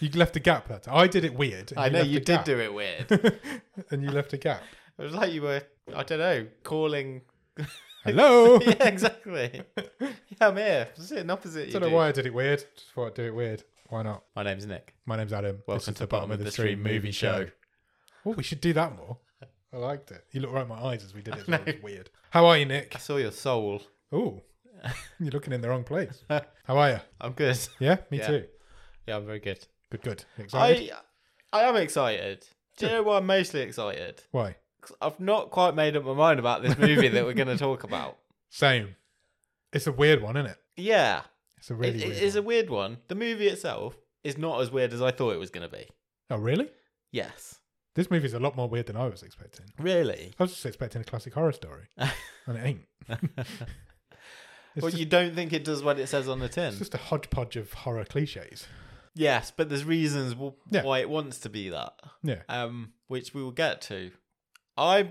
You left a gap that time. I did it weird. and I know left you a did gap. do it weird. it and you left a gap. was like you were, I don't know, calling. Hello. I yeah, exactly. yeah, I'm here, sitting opposite you. don't know dude. why I did it weird. Just thought I'd do it weird. Why not? My name's Nick. My name's Adam. This Welcome is to Bottom of the Stream Movie Show. Oh, we should do that more. I liked it. You looked right in my eyes as we did it. It was weird. How are you, Nick? I saw your soul. Oh, you're looking in the wrong place. How are you? I'm good. Yeah, me Yeah. too. Yeah, I'm very good. Good, good. You Excited? I, I am excited. Do you know why I'm mostly excited? Why? 'Cause I've not quite made up my mind about this movie that we're going to talk about. Same. It's a weird one, isn't it? Yeah, It's a it- really it weird is one. a weird one. The movie itself is not as weird as I thought it was going to be. Oh, really? Yes. This movie's a lot more weird than I was expecting. Really? I was just expecting a classic horror story, and it ain't. It's well, just- you don't think it does what it says on the tin. It's just a hodgepodge of horror cliches. Yes, but there's reasons w- Yeah. why it wants to be that, Yeah. um, which we will get to. I,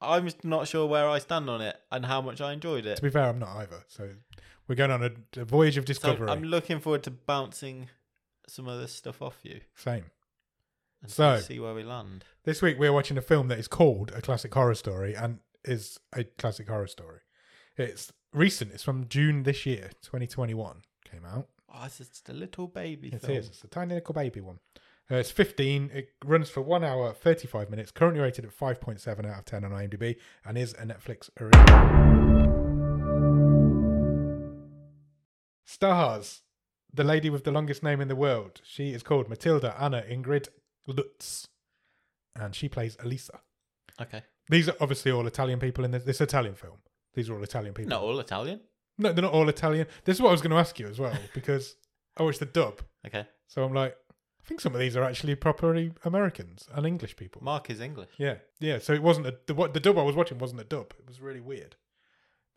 I'm just not sure where I stand on it and how much I enjoyed it. To be fair, I'm not either. So we're going on a, a voyage of So discovery. I'm looking forward to bouncing some of this stuff off you Same. and So- see where we land. This week we're watching a film that is called A Classic Horror Story and is a classic horror story. It's recent. It's from June this year, 2021. Came out. Oh, it's just a little baby It film. is. It's a tiny little baby one. Uh, it's 15. It runs for one hour, 35 minutes. Currently rated at 5.7 out of 10 on IMDb and is a Netflix original. Stars. The lady with the longest name in the world. She is called Matilda Anna Ingrid Lutz. And she plays Elisa. Okay. These are obviously all Italian people in this, this Italian film. These are all Italian people. Not all Italian. No, they're not all Italian. This is what I was going to ask you as well because I watched the dub. Okay. So I'm like, I think some of these are actually properly Americans and English people. Mark is English. yeah, yeah. So it wasn't a, the what the dub I was watching wasn't a dub. It was really weird,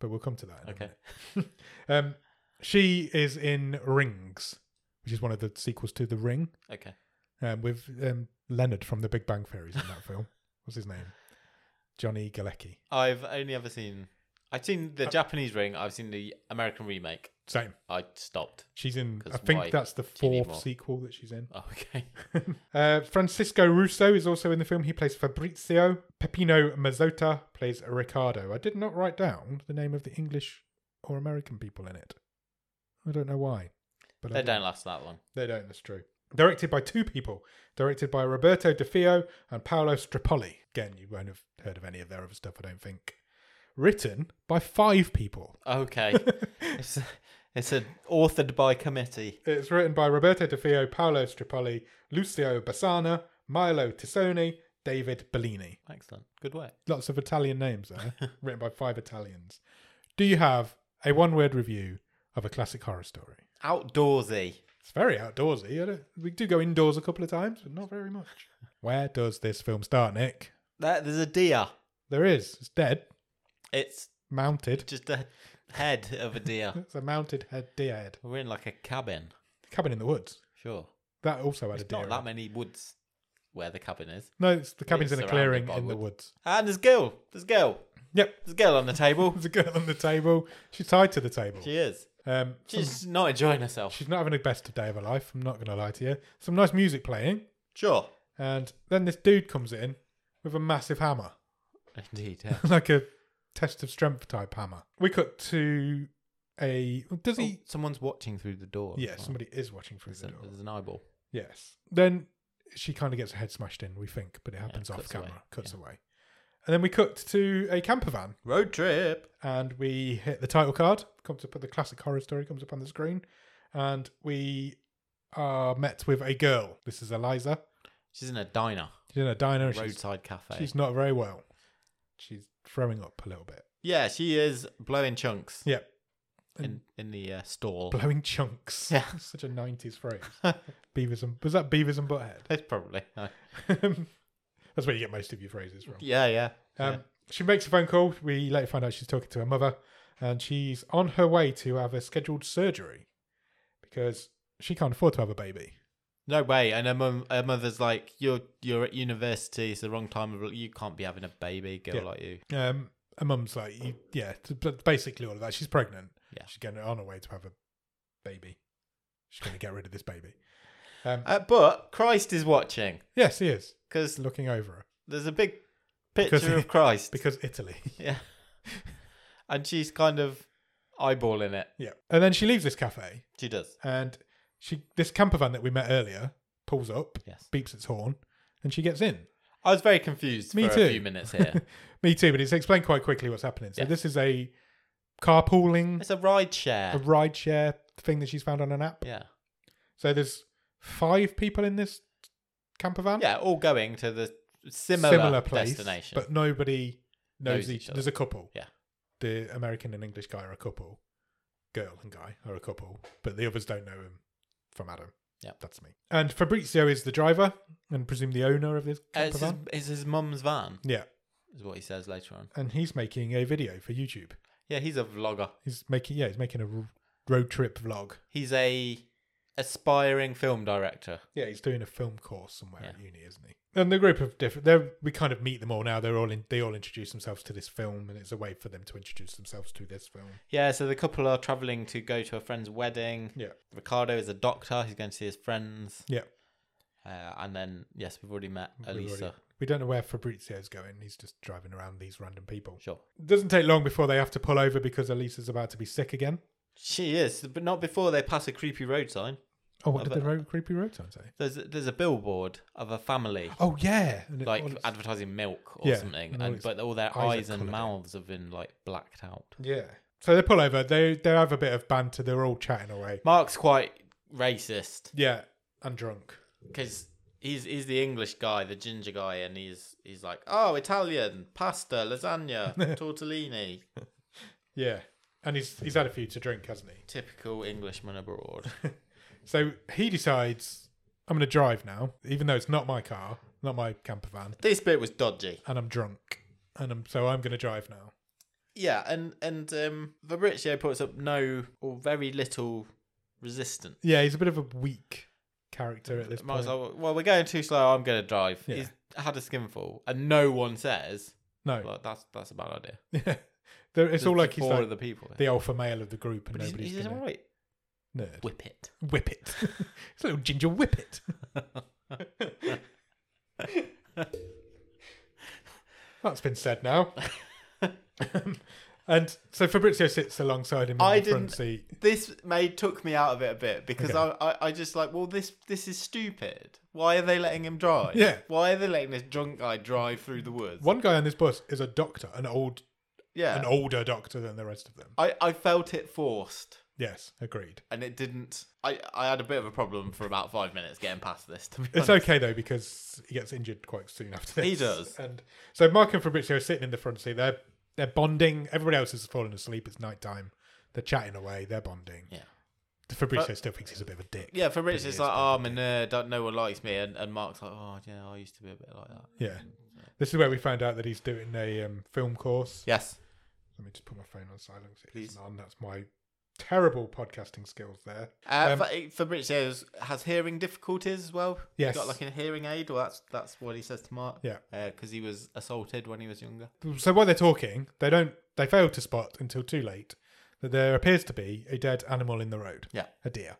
but we'll come to that. in a Okay. minute. um, she is in Rings, which is one of the sequels to The Ring, Okay. um, with um, Leonard from The Big Bang Theories in that film. What's his name? Johnny Galecki. I've only ever seen. I've seen Uh, the Japanese ring. I've seen the American remake. Same. I stopped. She's in. 'Cause I think why that's the do you need fourth more? sequel that she's in. Oh, okay. Uh, Francisco Russo is also in the film. He plays Fabrizio. Peppino Mazzotta plays Ricardo. I did not write down the name of the English or American people in it. I don't know why. But I they did. don't last that long. They don't. That's true. Directed by two people. Directed by Roberto De Fio and Paolo Strapoli. Again, you won't have heard of any of their other stuff, I don't think. Written by five people. Okay. it's it's a, authored by committee. It's written by Roberto De Fio, Paolo Strapoli, Lucio Bassana, Milo Tisoni, David Bellini. Excellent. Good work. lots of Italian names there, written by five Italians. Do you have a one word review of a classic horror story? Outdoorsy. It's very outdoorsy. I don't- we do go indoors a couple of times, but not very much. Where does this film start, Nick? There, there's a deer. There is. It's dead, It's mounted. just a head of a deer. It's a mounted head deer head. We're in like a cabin. Cabin in the woods. Sure. That also had a There's deer. not in that it. many woods where the cabin is. No, it's the cabin's It's in a surrounded clearing by in the woods. And there's Gil. There's Gil. Yep. There's Gil on the table. There's a girl on the table. She's tied to the table. she is. Um, some- She's not enjoying herself. she's not having the best day of her life. I'm not going to lie to you. Some nice music playing. Sure. And then this dude comes in with a massive hammer, Indeed. yeah. like a test of strength type hammer. We cut to a. Does he? Oh. Someone's watching through the door. yeah, Oh, somebody is watching through there's, the a- door. there's an eyeball. Yes. Then she kind of gets her head smashed in, we think, but it happens off cuts camera, away. cuts away. And then we cut to a camper van Road trip. and we hit the title card. Comes up, the classic horror story comes up on the screen. And we are met with a girl. This is Eliza. She's in a diner, She's in a diner. and She's, roadside cafe. she's not very well. She's throwing up a little bit. Yeah, she is blowing chunks Yep. in, in the uh, stall. Blowing chunks. Yeah. Such a 90s phrase. Beavers and was that Beavers and Butthead? That's probably. no. That's where you get most of your phrases from. Yeah, yeah. Um, She makes a phone call. We later find out she's talking to her mother, and she's on her way to have a scheduled surgery because she can't afford to have a baby. No way. And her, mum, her mother's like, "You're you're at university. It's the wrong time of you can't be having a baby girl Yeah. like you." Um, her mum's like, you, yeah, t- b- basically all of that. She's pregnant. Yeah. She's getting on her way to have a baby. She's going to get rid of this baby. Um, Uh, but Christ is watching yes, he is because looking over her there's a big Because picture he- of Christ. because Italy. Yeah. and she's kind of eyeballing it. yeah, and then she leaves this cafe, She does. and she this camper van that we met earlier pulls up, Yes. beeps its horn, and she gets in. I was very confused Me for too. a few minutes here. Me too, but it's explained quite quickly what's happening. So Yeah. this is a carpooling, it's a ride a share. rideshare thing that she's found on an app. yeah. So there's five people in this camper van. Yeah, all going to the similar, destination. but nobody knows, Knows each. each other. There's a couple. Yeah. the American and English guy are a couple, girl and guy are a couple, but the others don't know him from Adam. Yep. that's me. And Fabrizio is the driver and presume the owner of this Uh, camper it's, his, van. it's his mum's van, Yeah, is what he says later on. and he's making a video for YouTube. Yeah, he's a vlogger. He's making yeah, he's making a r- road trip vlog. He's a aspiring film director. Yeah, he's doing a film course somewhere Yeah. at uni, isn't he? And the group of different, they we kind of meet them all now. They're all in, they all introduce themselves to this film, and it's a way for them to introduce themselves to this film. Yeah, so the couple are traveling to go to a friend's wedding. Yeah. Ricardo is a doctor. He's going to see his friends. Yeah. Uh, and then, yes, we've already met We've already- Elisa. We don't know where Fabrizio's going. He's just driving around these random people. Sure. It doesn't take long before they have to pull over because Elisa's about to be sick again. She is, but not before they pass a creepy road sign. Oh, what I did bet- the road, creepy road sign say? There's a, there's a billboard of a family Oh, yeah. And it- like all it's- advertising milk or Yeah, and something, and, all its but all eyes their are eyes and coloured in. mouths have been like blacked out. yeah. So they pull over. They they have a bit of banter. They're all chatting away. Mark's quite racist Yeah, and drunk. because he's he's the English guy, the ginger guy, and he's he's like, oh, Italian pasta, lasagna, tortellini, Yeah, and he's he's had a few to drink, hasn't he? typical Englishman abroad. So he decides I'm going to drive now, even though it's not my car, not my camper van, this bit was dodgy. and I'm drunk, and I'm so I'm going to drive now. Yeah, and and um, Fabrizio puts up no or very little resistance. Yeah, he's a bit of a weak character at this point. Mark's like, well, we're going too slow. I'm going to drive. Yeah. He's had a skinful, and no one says no, like that's that's a bad idea. yeah, There- it's all There's like he's four like of the people. the alpha male of the group, and but he's, nobody's he's gonna all right. nerd. Whip it. Whip it, it's a little ginger whip it. That's been said now. and so Fabrizio sits alongside him in I the front didn't- seat. This made took me out of it a bit because Okay. I, I I just like well this this is stupid. Why are they letting him drive? Yeah. Why are they letting this drunk guy drive through the woods? One guy on this bus is a doctor, an old, Yeah. an older doctor than the rest of them. I I felt it forced. Yes, agreed. and it didn't. I, I had a bit of a problem for about five minutes getting past this. To be It's honest. okay though because he gets injured quite soon after this. He does. And so Mark and Fabrizio are sitting in the front seat. They're they're bonding. Everybody else has fallen asleep. It's nighttime. They're chatting away. They're bonding. Yeah. Fabrizio still thinks he's a bit of a dick. yeah, for Rich, It it's is like, oh, I'm a nerd. Don't, no one likes me. And, and Mark's like, oh, yeah, I used to be a bit like that. Yeah. This is where we found out that he's doing a um, film course. Yes. Let me just put my phone on silent. It's Please. on. That's my terrible podcasting skills there. Uh, Fa- Fabrizio has, has hearing difficulties as well. Yes. He's got like a hearing aid. Well, that's that's what he says to Mark. Yeah. Because he was assaulted when he was younger. So while they're talking, they don't they fail to spot until too late that there appears to be a dead animal in the road. Yeah. A deer.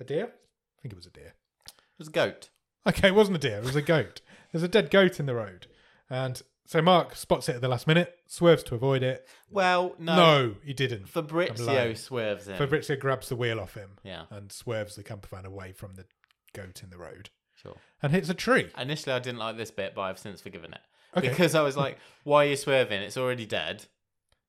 A deer? I think it was a deer. It was a goat. Okay, it wasn't a deer, it was a goat. There's a dead goat in the road. And so Mark spots it at the last minute, swerves to avoid it. Well, no. No, he didn't. I'm Fabrizio lying. swerves in. Fabrizio grabs the wheel off him yeah, and swerves the camper van away from the goat in the road sure. and hits a tree. Initially, I didn't like this bit, but I've since forgiven it. Okay. Because I was like, why are you swerving? It's already dead.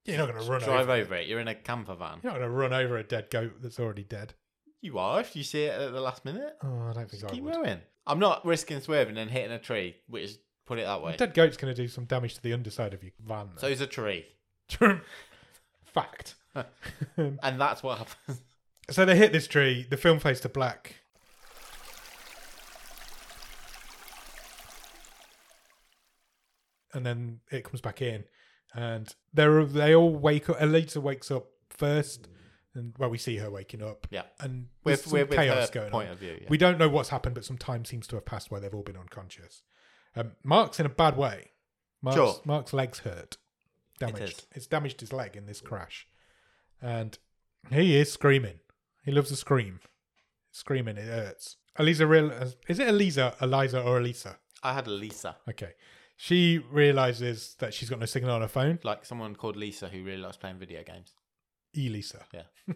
You're not going to run Drive over. over it. You're in a camper van. You're not going to run over a dead goat that's already dead. You are if you see it at the last minute. Oh, I don't think I Keep would. going. I'm not risking swerving and hitting a tree, which put it that way. Dead goat's going to do some damage to the underside of your van. So it's a tree, So, fact. and that's what happens. So they hit this tree. The film fades to black. And then it comes back in, and they're they all wake up. Elisa wakes up first, and well, we see her waking up. Yeah. and We're, there's some we're with chaos her going point on. of view. yeah. We don't know what's happened, but some time seems to have passed while they've all been unconscious. Um, Mark's in a bad way. Mark's, Sure. Mark's legs hurt. Damaged. is. It's damaged his leg in this crash, and he is screaming. He loves a scream. Screaming, it hurts. Eliza real uh, is it Eliza, Eliza or Elisa? I had a Lisa, Okay. She realizes that she's got no signal on her phone. like someone called Lisa who really likes playing video games. Elisa. Yeah.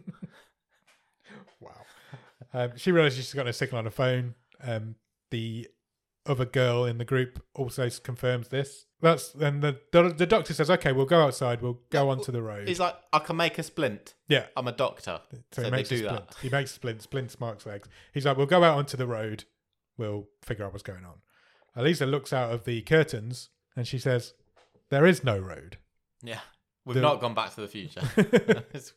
wow. Um, she realizes she's got no signal on her phone. Um, the other girl in the group also s- confirms this. That's and the the the doctor says, "Okay, we'll go outside. We'll go onto the road." He's like, I can make a splint. yeah. I'm a doctor. So, So, he they makes a do splint. that. He makes splints. Splints marks legs. He's like, "We'll go out onto the road. We'll figure out what's going on." Elisa looks out of the curtains and she says, "There is no road." Yeah. We've The- not gone back to the future. It's-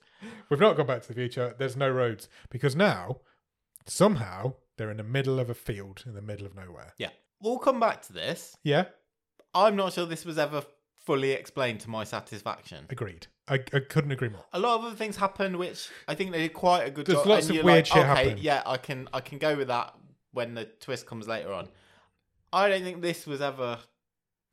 We've not gone back to the future. There's no roads because now, somehow, they're in the middle of a field in the middle of nowhere. yeah. We'll come back to this. Yeah, I'm not sure this was ever fully explained to my satisfaction. agreed. I, I couldn't agree more. A lot of other things happened, which I think they did quite a good There's job. lots and of you're weird like, shit okay, happened. Yeah, I can I can go with that when the twist comes later on. I don't think this was ever,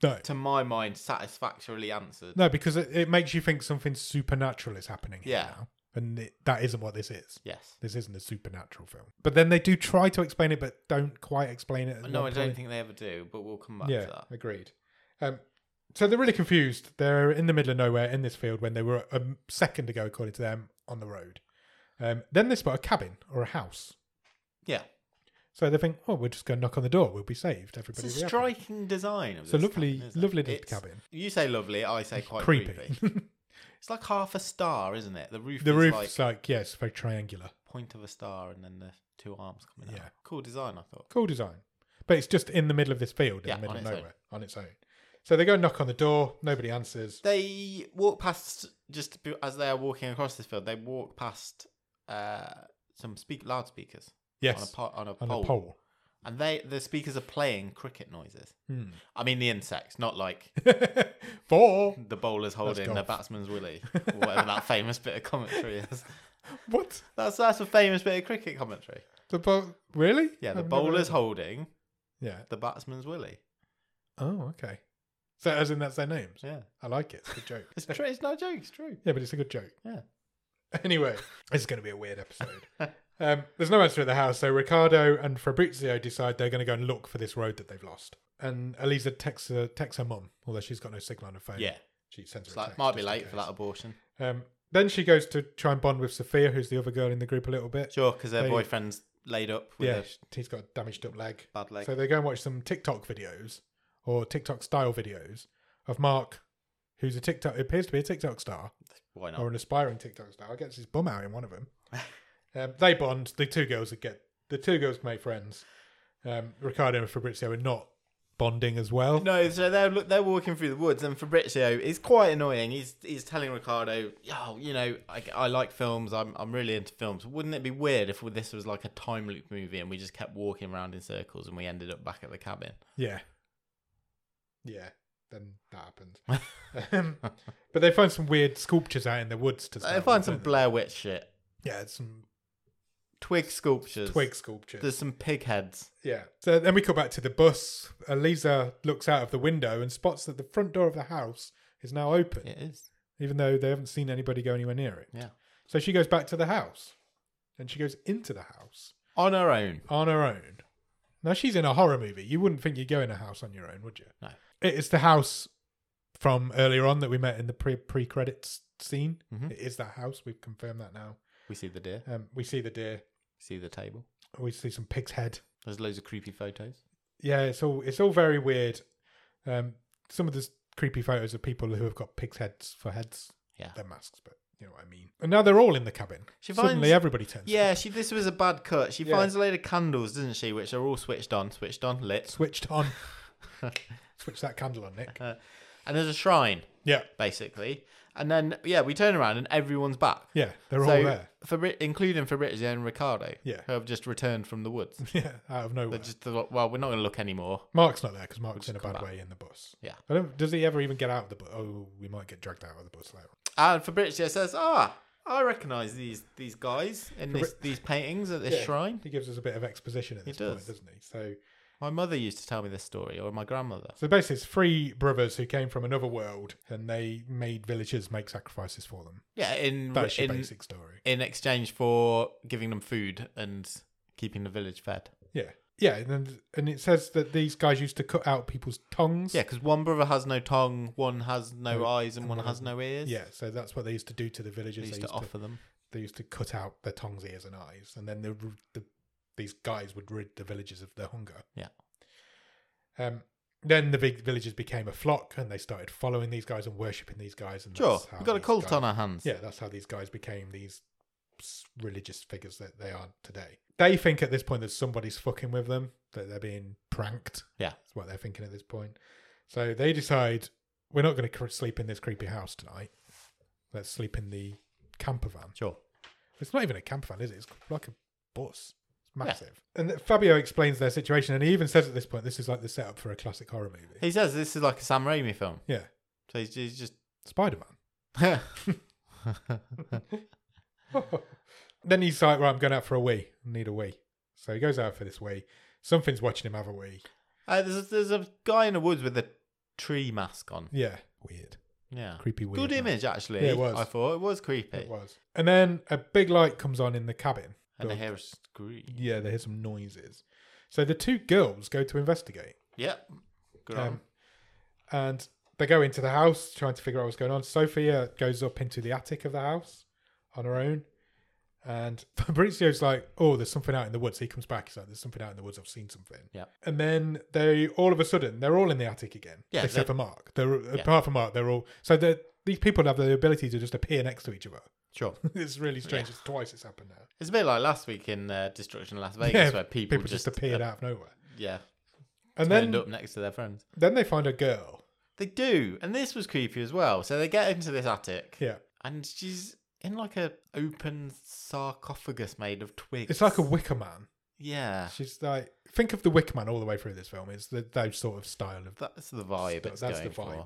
No, to my mind, satisfactorily answered. no, because it, it makes you think something supernatural is happening. here Yeah. now, and it, that isn't what this is. Yes. This isn't a supernatural film. But then they do try to explain it, but don't quite explain it. at No, I one don't point. think they ever do, but we'll come back Yeah, to that. agreed. Um, so they're really confused. They're in the middle of nowhere in this field when they were a second ago, according to them, on the road. Um, then they spot a cabin or a house. Yeah. So they think, oh, we'll just go knock on the door. We'll be saved. Everybody. It's will be a happy." striking design. Of So this lovely, cabin, isn't it? lovely little It's- cabin. You say lovely, I say quite creepy. Creepy. It's like half a star, isn't it? The roof. the is roof's like like, yes, very triangular. point of a star, and then the two arms coming Yeah. out. Cool design, I thought. Cool design, but it's just in the middle of this field, in Yeah, the middle on of its own. nowhere, on its own. So they go knock on the door. Nobody answers. They walk past just be- as they are walking across this field. They walk past uh, some speak loudspeakers on a Yes, po- on a, on pole. a pole. and they the speakers are playing cricket noises. Hmm. I mean the insects, not like Four. the bowler's holding the golf. batsman's willy, or whatever that famous bit of commentary is. What? That's that's a famous bit of cricket commentary. The bowl? Really? Yeah, the I've never bowler's heard holding that. Yeah. the batsman's willy. Oh, okay. So as in that's their names. Yeah, I like it. It's a good joke. it's true. It's not a joke. It's true. yeah, but it's a good joke. Yeah. Anyway, this is going to be a weird episode. um, there's no answer at the house, so Ricardo and Fabrizio decide they're going to go and look for this road that they've lost. And Elisa texts her, texts her mum, although she's got no signal on her phone. Yeah, She sends her it's a like text might be just in late for case. that abortion. Um, then she goes to try and bond with Sophia, who's the other girl in the group, a little bit. Sure, because her They- boyfriend's laid up with yeah, a he's got a damaged up leg. bad leg. So they go and watch some TikTok videos or TikTok style videos of Mark, who's a TikTok who appears to be a TikTok star Why not? or an aspiring TikTok star. Gets his bum out in one of them. um, they bond. The two girls that get the two girls make friends. Um, Ricardo and Fabrizio are not bonding as well. No, so they're look, they're walking through the woods, and Fabrizio is quite annoying. He's he's telling Ricardo, "Oh, you know, I, I like films. I'm I'm really into films. Wouldn't it be weird if this was like a time loop movie and we just kept walking around in circles and we ended up back at the cabin?" Yeah. Yeah. Then that happens. um, but they find some weird sculptures out in the woods to I start find with, some don't they? Blair Witch shit, Yeah, some twig sculptures, twig sculptures. There's some pig heads. Yeah. So then we come back to the bus. Eliza looks out of the window and spots that the front door of the house is now open, It is. even though they haven't seen anybody go anywhere near it. Yeah. So she goes back to the house and she goes into the house On her own. on her own. Now she's in a horror movie. You wouldn't think you'd go in a house on your own, would you? No. It is the house from earlier on that we met in the pre pre credits scene. Mhm. It is that house. We've confirmed that now. We see the deer. Um, we see the deer. See the table. We see some pig's head. There's loads of creepy photos. yeah, it's all it's all very weird. Um, some of the s- creepy photos of people who have got pigs' heads for heads. Yeah. They're masks, but you know what I mean. And now they're all in the cabin. She finds- Suddenly, everybody turns. Yeah, she. This was a bad cut. She Yeah. finds a load of candles, doesn't she? Which are all switched on, switched on, lit. switched on. Switch that candle on, Nick. Uh, and there's a shrine Yeah, basically. And then yeah, we turn around and everyone's back. yeah, they're all so there. Fabri- including Fabrizio and Ricardo, Yeah. who have just returned from the woods. Yeah, out of nowhere. They're just thought, well, we're not going to look anymore. Mark's not there because Mark's in a come bad back. way in the bus. Yeah. I don't, does he ever even get out of the bus? Oh, we might get dragged out of the bus later. And Fabrizio says, "Ah, I recognise these these guys in this, these paintings at this Yeah. shrine. He gives us a bit of exposition at this does. point, doesn't he? So, My mother used to tell me this story, or my grandmother." so basically, it's three brothers who came from another world, and they made villagers make sacrifices for them. Yeah, in That's your in basic story. in exchange for giving them food and keeping the village fed. Yeah. Yeah, and then, and it says that these guys used to cut out people's tongues. Yeah, because one brother has no tongue, one has no No, eyes, and and one one has no ears. Yeah, so that's what they used to do to the they villagers. used to offer them. they used to cut out their tongues, ears, and eyes, and then the, the these guys would rid the villagers of their hunger. Yeah. Um. Then the big villagers became a flock, and they started following these guys and worshiping these guys. And Sure, that's how we've got a these cult guys- on our hands. Yeah, that's how these guys became these s- religious figures that they are today. They think at this point that somebody's fucking with them, that they're being pranked. Yeah. That's what they're thinking at this point. So they decide we're not going to cr- sleep in this creepy house tonight. Let's sleep in the camper van. sure. It's not even a camper van, is it? It's like a bus. It's massive. And Fabio explains their situation, and he even says at this point, this is like the setup for a classic horror movie. He says this is like a Sam Raimi film. yeah, So he's, he's just. Uh, Spider Man. then he's like, right, I'm going out for a wee. I need a wee. So he goes out for this wee. Something's watching him have a wee. Uh, there's, a, there's a guy in the woods with a tree mask on. Yeah. Weird. Yeah. Creepy weird. Good man. image, actually. Yeah, it was. I thought it was creepy. It was. And then a big light comes on in the cabin. And But- I hear a scream. yeah, they hear some noises. So the two girls go to investigate. Yep. Good on. Um, and they go into the house trying to figure out what's going on. Sophia goes up into the attic of the house on her own. And Fabrizio's like, oh, there's something out in the woods. He comes back. He's like, there's something out in the woods. I've seen something. Yep. And then they, all of a sudden, they're all in the attic again. Yeah, Except they- for Mark. They're, Apart from Mark, they're all. So they're, these people have the ability to just appear next to each other. Sure. it's really strange. It's twice it's happened now. It's a bit like last week in uh, Destruction Las Vegas Yeah, where people, People, just, just appeared uh, out of nowhere. yeah, And turned then, up next to their friends. then they find a girl. They do, and this was creepy as well. So they get into this attic, Yeah. and she's in like a open sarcophagus made of twigs. It's like a wicker man. yeah. She's like, think of the Wicker Man all the way through this film. It's the, that sort of style of. That's the vibe. Th- It's that's the going for. vibe.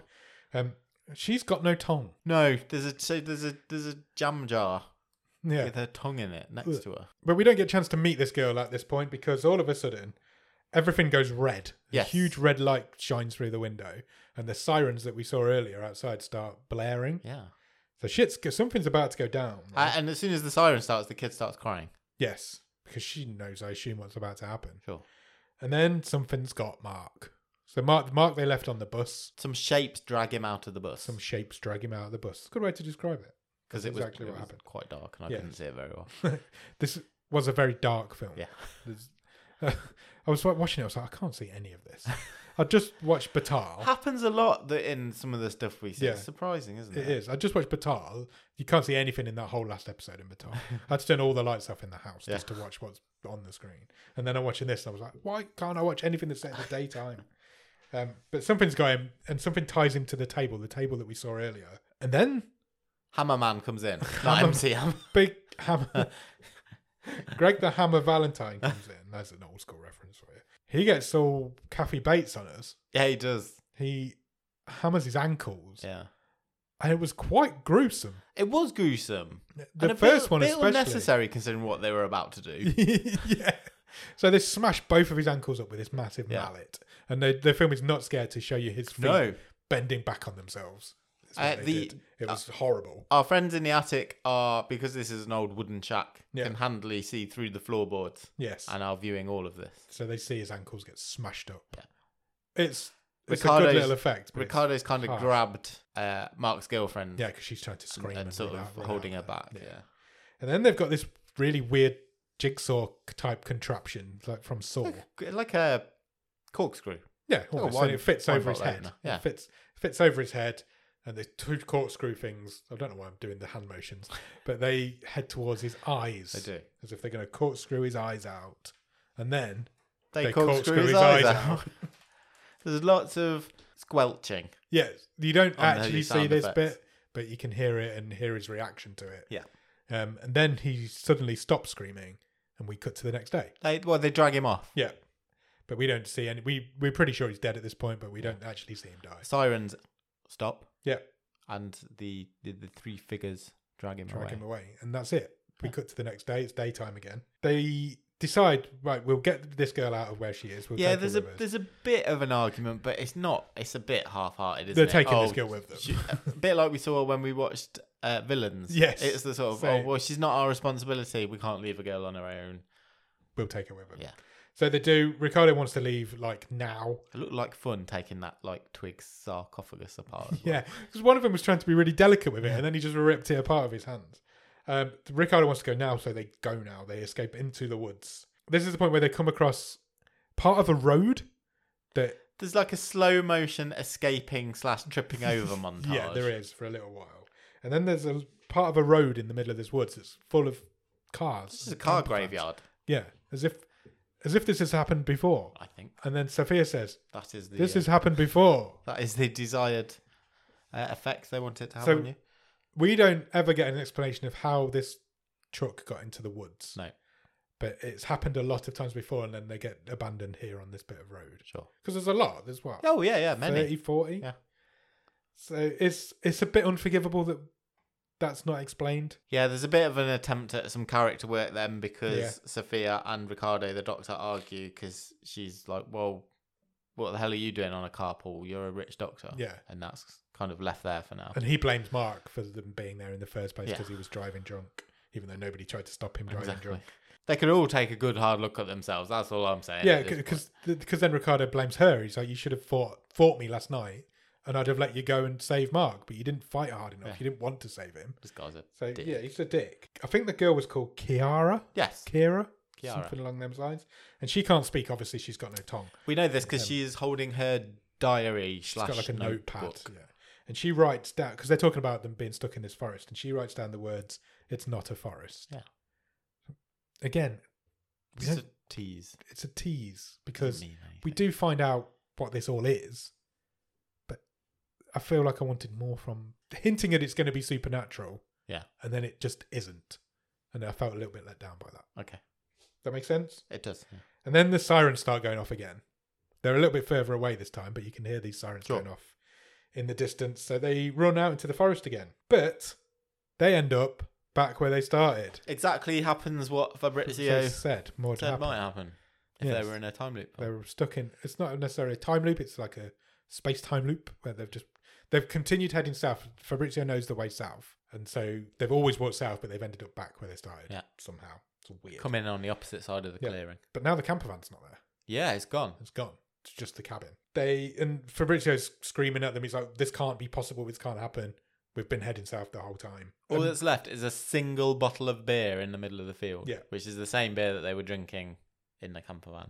Um, she's got no tongue. No, there's a so there's a there's a jam jar Yeah, with her tongue in it next Ugh. to her. but we don't get a chance to meet this girl at this point because all of a sudden, everything goes red. A Yes. huge red light shines through the window, and the sirens that we saw earlier outside start blaring. Yeah, So shit's something's about to go down. Uh, right? and as soon as the siren starts, the kid starts crying. yes, because she knows, I assume, what's about to happen. Sure. And then something's got Mark. So Mark, Mark, they left on the bus. Some shapes drag him out of the bus Some shapes drag him out of the bus. Good way to describe it. because that's it was, exactly it what was happened. quite dark and I Yeah. couldn't see it very well. this was a very dark film. Yeah. There's- I was like, watching it. I was like, I can't see any of this. I just watched Batal. happens a lot that in some of the stuff we see. Oh. Yeah. It's surprising, isn't it? It is. I just watched Batal. You can't see anything in that whole last episode in Batal. I had to turn all the lights off in the house just to watch what's on the screen. And then I'm watching this, and I was like, why can't I watch anything that's set in the daytime? Um, but something's going, and something ties him to the table, the table that we saw earlier. And then Hammer Man comes in. Not MC Hammer. Big Hammer. Greg the Hammer Valentine comes in. That's an old school reference for you. He gets all Kathy Bates on us. Yeah, he does. He hammers his ankles, Yeah. and it was quite gruesome. It was gruesome. The and a first bit, one, bit especially. unnecessary considering what they were about to do. yeah. So they smash both of his ankles up with this massive Yeah. mallet, and the the film is not scared to show you his feet No. bending back on themselves. That's what Uh, they the- did. It was horrible. Our friends in the attic are, because this is an old wooden shack, Yeah. can handily see through the floorboards Yes. and are viewing all of this. so they see his ankles get smashed up. Yeah. It's it's a Ricardo's- good little effect. but it's- Ricardo's kind of harsh. grabbed uh, Mark's girlfriend Yeah, because she's trying to scream and uh, and sort run of out- run holding her out back. there. Yeah. And then they've got this really weird jigsaw type contraption, like from Saw. G- Like a corkscrew. Yeah, almost. why- and it fits why over not his that, head. no? Yeah. It fits fits over his head, and the two corkscrew things. I don't know why I'm doing the hand motions, but they head towards his eyes. They do. as if they're going to corkscrew his eyes out, and then They, they corkscrew, his, eyes out. There's lots of squelching. yeah, you don't Unholy actually see sound this effects. bit, but you can hear it and hear his reaction to it. Yeah. Um, and then he suddenly stops screaming, and we cut to the next day. They well, they drag him off. Yeah. But we don't see any. We we're pretty sure he's dead at this point, but we don't actually see him die. Sirens stop, Yeah, and the the, the three figures drag him drag away. him away, and that's it. We cut to the next day. It's daytime again. They decide right. We'll get this girl out of where she is. We'll Yeah, take there's her a with us. there's a bit of an argument, but it's not. It's a bit half-hearted. Isn't They're it? taking oh, this girl with them. she- a bit like we saw when we watched uh, Villains. Yes. it's the sort of Same. oh well, she's not our responsibility. We can't leave a girl on her own. we'll take her with us. Yeah. So they do. Ricardo wants to leave like now. It looked like fun taking that like twig sarcophagus apart. as well. Yeah, because one of them was trying to be really delicate with it, and then he just ripped it apart with his hands. Um, Ricardo wants to go now, so they go now. They escape into the woods. This is the point where they come across part of a road that There's like a slow motion escaping slash tripping over montage. yeah, there is for a little while, and then there's a part of a road in the middle of this woods that's full of cars. This is a car graveyard, Yeah, as if as if this has happened before. I think. And then Sophia says, That is the "This uh, has happened before." that is the desired uh, effect they wanted to have So- on you. We don't ever get an explanation of how this truck got into the woods. No, but it's happened a lot of times before and then they get abandoned here on this bit of road sure. because there's a lot there's what Oh yeah, yeah, many. 30 40 Yeah. so it's it's a bit unforgivable that that's not explained Yeah, there's a bit of an attempt at some character work then because Yeah. Sophia and Ricardo, the doctor, argue because she's like, "Well, what the hell are you doing on a carpool? You're a rich doctor." Yeah. and that's kind of left there for now. and he blames mark for them being there in the first place Yeah. because he was driving drunk even though nobody tried to stop him driving Exactly. drunk They could all take a good hard look at themselves. That's all I'm saying. yeah at this point. because then ricardo blames her he's like you should have fought fought me last night and i'd have let you go and save mark but you didn't fight hard enough Yeah. you didn't want to save him this guy's a so dick. yeah he's a dick i think the girl was called kiara Yes, Kira, Kiara. something along those lines. And she can't speak. Obviously, she's got no tongue. we know this because she is holding her diary Um, She's slash got like a notebook. notepad. Yeah. And she writes down because they're talking about them being stuck in this forest, and she writes down the words, "It's not a forest." Yeah. Again, We Just don't- a tease. it's a tease because Doesn't mean anything. we do find out what this all is, but I feel like I wanted more from hinting at it's going to be supernatural. Yeah. And then it just isn't, and I felt a little bit let down by that. Okay, That makes sense. it does. yeah. And then the sirens start going off again. They're a little bit further away this time, but you can hear these sirens Sure. going off in the distance. So they run out into the forest again. But they end up back where they started. Exactly happens what So Fabrizio it's said more to said happen. might happen if Yes. they were in a time loop. They were stuck in. It's not necessarily a time loop. It's like a space time loop where they've just they've continued heading south. Fabrizio knows the way south, and so they've always walked south, but they've ended up back where they started. Yeah. somehow it's weird. Come in on the opposite side of the Yeah. clearing. But now the camper van's not there. Yeah, it's gone. It's gone. It's just the cabin. They and Fabrizio's screaming at them. He's like, "This can't be possible. This can't happen. We've been heading south the whole time." All And that's left is a single bottle of beer in the middle of the field. Yeah. Which is the same beer that they were drinking in the camper van.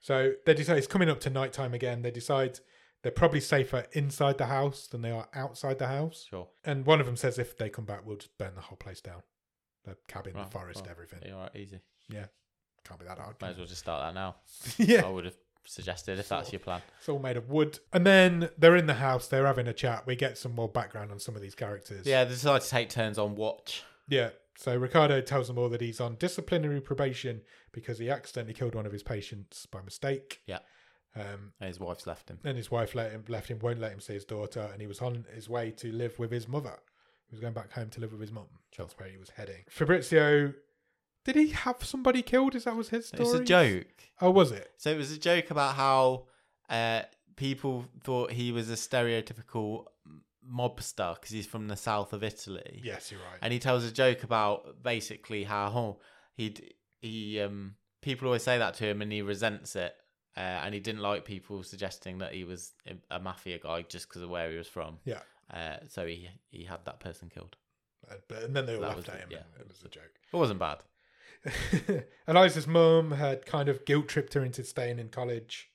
so they decide it's coming up to nighttime again. They decide they're probably safer inside the house than they are outside the house. Sure. And one of them says, "If they come back, we'll just burn the whole place down. The cabin, Right, the forest, right. everything. You're right, easy. Can't be that hard." Might as well just start that now. yeah. I would have suggested if that's your plan. It's all made of wood. And then they're in the house. They're having a chat. We get some more background on some of these characters. Yeah, they decided to take turns on watch. Yeah. So Ricardo tells them all that he's on disciplinary probation because he accidentally killed one of his patients by mistake. Yeah. Um, And His wife's left him. and his wife let him, left him, won't let him see his daughter, and he was on his way to live with his mother. He was going back home to live with his mum. Sure. That's where he was heading. Fabrizio, did he have somebody killed? Is that was his story? It's a joke. Oh, was it? So it was a joke about how uh, people thought he was a stereotypical m- mobster because he's from the south of Italy. Yes, you're right. And he tells a joke about basically how oh, he'd he um people always say that to him and he resents it. Uh, and he didn't like people suggesting that he was a- a mafia guy just because of where he was from. Yeah. Uh, so he he had that person killed. And, but, and then they all That laughed was at it, him. yeah. and it was a joke. It wasn't bad. Eliza's mum had kind of guilt tripped her into staying in college.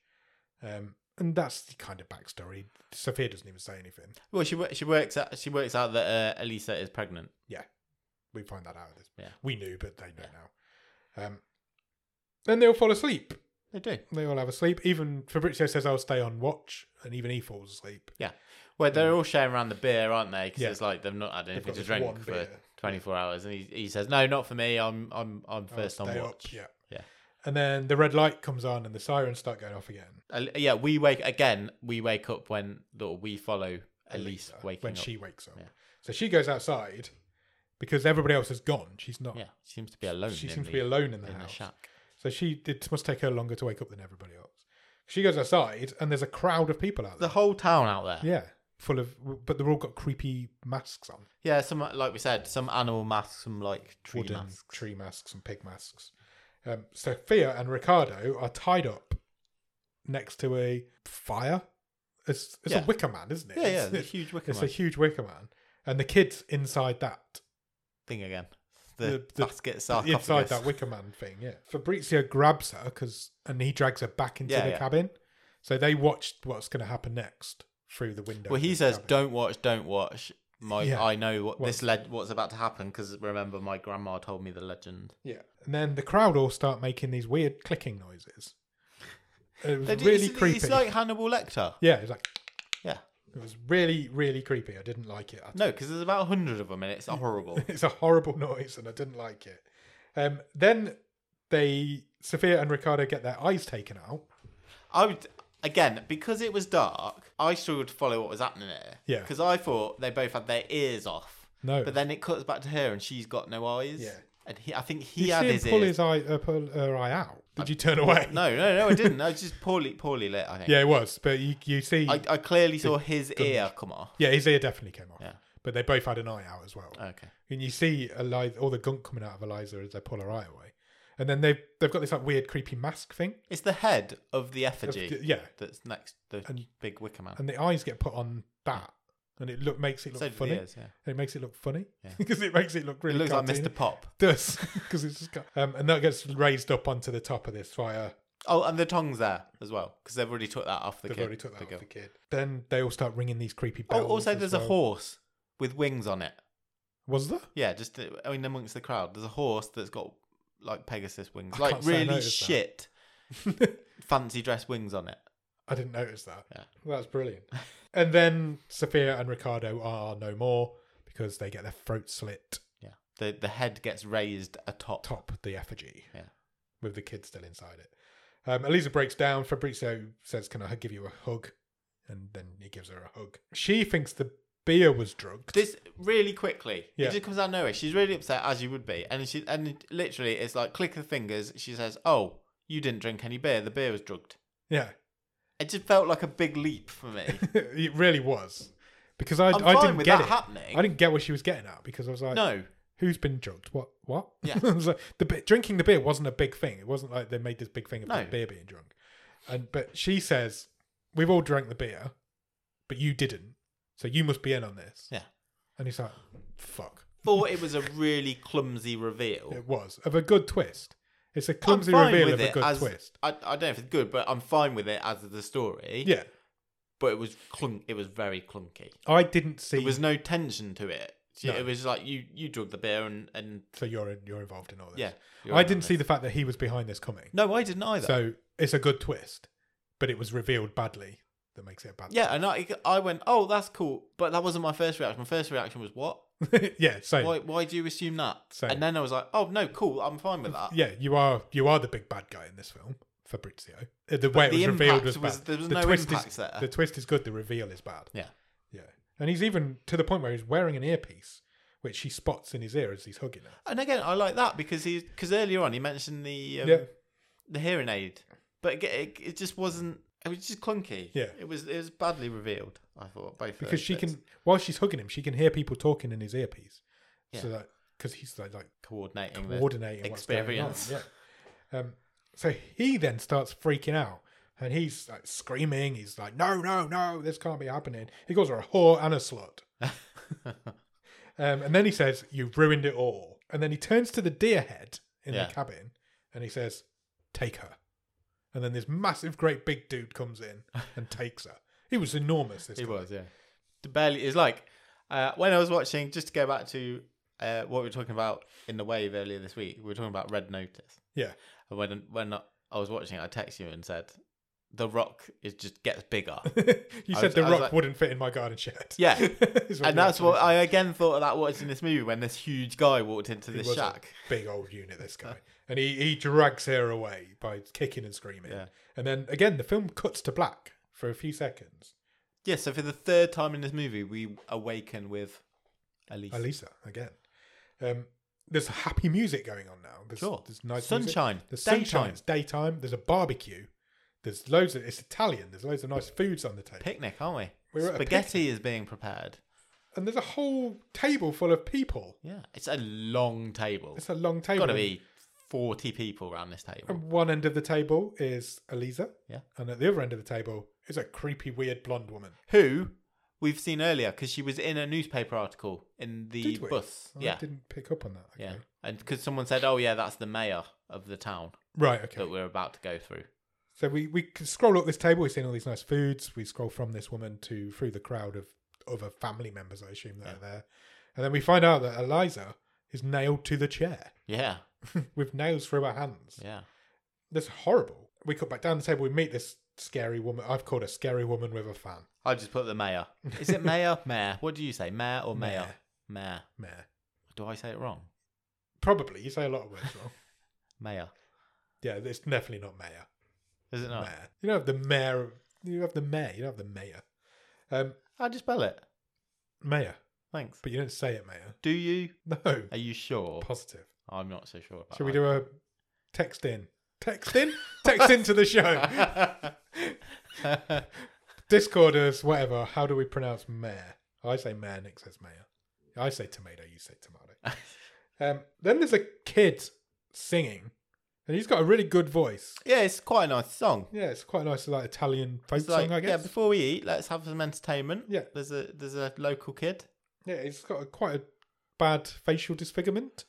Um, and that's the kind of backstory. Sophia doesn't even say anything. Well, she wo- she works out she works out that uh, Elisa is pregnant. We find that out. at this- Yeah. We knew, but they know Yeah. now. Um, then they all fall asleep. They do. They all have a sleep. Even Fabrizio says, I'll stay on watch. And even he falls asleep. Well, they're all sharing around the beer, aren't they? Because Yeah. it's like they've not had They've anything got to this one drink for beer. 24 hours, and he, he says, "No, not for me. I'm I'm I'll I'm first on stay watch." Up. Yeah. Yeah. And then the red light comes on and the sirens start going off again. Uh, yeah, we wake again. We wake up when or we follow Elise Elisa, waking when up. she wakes up. Yeah. So she goes outside because everybody else has gone. She's not. yeah, she seems to be alone. She in seems the, to be alone in the in the house. shack. So she it must take her longer to wake up than everybody else. She goes outside and there's a crowd of people out The there. whole town out there. Yeah, yeah, full of but they've all got creepy masks on, some like we said, some animal masks, some like tree wooden masks. tree masks and pig masks. Um, Sophia and Ricardo are tied up next to a fire. It's, it's Yeah. a wicker man, isn't it? Yeah, yeah, It's- the it's, huge wicker it's man a huge wicker man. And the kid's inside that thing again. The, the- basket sarcophagus. inside that Wicker Man thing. Yeah, Fabrizio grabs her because, and he drags her back into Yeah, the yeah. cabin. So they watched what's going to happen next through the window. Well, of he the says, cabin. "Don't watch, don't watch." My, Yeah. I know what Well- this led. What's about to happen? Because remember, my grandma told me the legend. Yeah, and then the crowd all start making these weird clicking noises. It was They do- really it's, creepy. It's like Hannibal Lecter. yeah, it's like Yeah. it was really, really creepy. I didn't like it. at No, because there's about a hundred of them, and it's horrible. it's a horrible noise and I didn't like it. Um, then they Sophia and Ricardo get their eyes taken out. I would again because it was dark. I struggled to follow what was happening there. Yeah. Because I thought they both had their ears off, No, but then it cuts back to her, and she's got no eyes. Yeah. And he, I think he did you had see him his pull ears. his eye, uh, pull her eye out? Did you turn away? No, no, no, I didn't. I was just poorly, poorly lit. I think. Yeah, it was. But you, you see, I, I clearly saw his ear come off. yeah, his ear definitely came off. Yeah. Oh. But they both had an eye out as well. Okay. and you see Eliza, all the gunk coming out of Eliza as they pull her eye away. And then they've, they've got this like weird creepy mask thing. It's the head of the Of- effigy yeah. that's next the And- big wicker man. And the eyes get put on that. And it look makes it look so do funny. the ears, yeah. It makes it look funny Yeah. because it makes it look It really. looks like cartoony. Mr. Pop. does because it's just got, um, and that gets raised up onto the top of this Uh, fire. Oh, and the tongue's there as well because they've already took that off the They've kid. already took that the off girl. the kid. Then they all start ringing these creepy Oh, bells. also as there's a well. horse with wings on it. Was there? Yeah, just uh, I mean amongst the crowd, there's a horse that's got like Pegasus wings, I like can't say I really noticed that. shit fancy dress wings on it. I didn't notice that. Yeah. That's brilliant. and then Sophia and Ricardo are no more because they get their throat slit Yeah, the the head gets raised atop. top the effigy. Yeah. With the kid still inside it. Um, Elisa breaks down. Fabrizio says, Can I give you a hug? And then he gives her a hug. She thinks the beer was drugged. This really quickly. Yeah. It just comes out of nowhere. She's really upset as you would be, and she and it- literally it's like click of the fingers. She says, "Oh, you didn't drink any beer. The beer was drugged." yeah. It just felt like a big leap for me. it really was. Because I, I'm I fine didn't with get that it. happening. I didn't get what she was getting at because I was like, no, who's been drugged? What? What? Yeah. It was like, the be- drinking the beer wasn't a big thing. It wasn't like they made this big thing about No. beer being drunk. And but she says, "We've all drank the beer, but you didn't, so you must be in on this." Yeah. And he's like, "Fuck!" thought it was a really clumsy reveal. It was of a good twist. It's a clumsy I'm fine reveal with of it a good as, twist. I, I don't know if it's good, but I'm fine with it as the story. Yeah, but it was clunk. It was very clunky. I didn't see. There was no tension to it. She- No. It was like you you drug the beer and and so you're in, you're involved in all this. yeah. you're I in on didn't see this. the fact that he was behind this coming. No, I didn't either. So it's a good twist, but it was revealed badly. That makes it a bad. yeah, and I I went, oh, that's cool, but that wasn't my first reaction. My first reaction was what? yeah. So Why why do you assume that? Same. And then I was like, oh no, cool, I'm fine with that. yeah, you are you are the big bad guy in this film, Fabrizio. Uh, The way it the was revealed impact was, was- bad. there was the no twist is impact there. the twist is good. The reveal is bad. Yeah. yeah. And he's even to the point where he's wearing an earpiece, which he spots in his ear as he's hugging her. And again, I like that because he because earlier on he mentioned the um, yeah, the hearing aid, but it, it, it just wasn't. It was just clunky. Yeah. it was it was badly revealed. I thought both because those she bits. can while she's hugging him, she can hear people talking in his earpiece. So Yeah. that because he's like, like coordinating the- coordinating What's experience. going on. Yeah. Um, so he then starts freaking out. And he's like screaming. He's like, "No, no, no! This can't be happening." He calls her a whore and a slut. Um, and then he says, You've ruined it all. And then he turns to the deer head in Yeah. the cabin and he says, Take her. And then this massive, great big dude comes in and takes her. He was enormous this He time. was, yeah. To barely is like uh, when I was watching. Just to go back to uh, what we were talking about in the wave earlier this week, we were talking about Red Notice. Yeah. And when when I was watching, it, I texted you and said, "The Rock is just gets bigger." you I said was- the I was rock like- wouldn't fit in my garden shed. Yeah. Is and you that's actually what said. I again thought of that watching this movie when this huge guy walked into He this was a shack. Big old unit, this guy. And he, he drags her away by kicking and screaming. Yeah. And then again, the film cuts to black for a few seconds. Yeah, so for the third time in this movie, we awaken with Elise. Elisa, again. Um, there's happy music going on now. There's, Sure. there's nice music. sunshine. There's sunshine. Daytime. It's daytime. There's a barbecue. There's loads of it's Italian. There's loads of nice foods on the table, Picnic, aren't we? We're at a Spaghetti is being prepared. and there's a whole table full of people. Yeah, it's a long table. It's a long table. Got to be 40 people around this table. At one end of the table is Eliza. Yeah. And at the other end of the table is a creepy, weird blonde woman. Who we've seen earlier because she was in a newspaper article in the Did we? bus. I yeah. didn't pick up on that. Okay. Yeah. And because someone said, oh, yeah, that's the mayor of the town Right, okay. that we're about to go through. So we, we can scroll up this table. We've seen all these nice foods. We scroll from this woman to through the crowd of other family members, I assume, that are there. And then we find out that Eliza is nailed to the chair Yeah. with nails through her hands. Yeah. That's horrible. We cut back down the table. We meet this scary woman. I've called her scary woman with a fan. I just put the mayor. Is it mayor? mayor. What do you say? Mayor or mayor? Mayor. Meh. Do I say it wrong? Probably. You say a lot of words wrong. Mayor. Yeah, it's definitely not mayor. Is it not? Mayor. You don't have the mayor. of- You have the mayor. You don't have the mayor. Um, How'd you spell it? mayor. Thanks. But you don't say it, mayor. Do you? No. Are you sure? Positive. I'm not so sure about Shall we that. do a text in? Text in? text into the show. Discorders, whatever. How do we pronounce mayor? I say mayor, Nick says mayor. I say tomato, you say tomato. um, then there's a kid singing, and he's got a really good voice. yeah, it's quite a nice song. Yeah, it's quite a nice, like Italian folk It's like, song, I yeah, guess. before we eat, let's have some entertainment. Yeah. There's a there's a local kid. Yeah, he's got a, quite a bad facial disfigurement,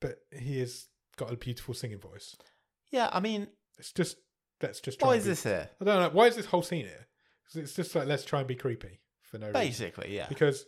but he has got a beautiful singing voice. Yeah, I mean, It's just let's just. Try why and is be- this here? I don't know. Why is this whole scene here? 'Cause it's just like let's try and be creepy for no reason. Basically, yeah. Because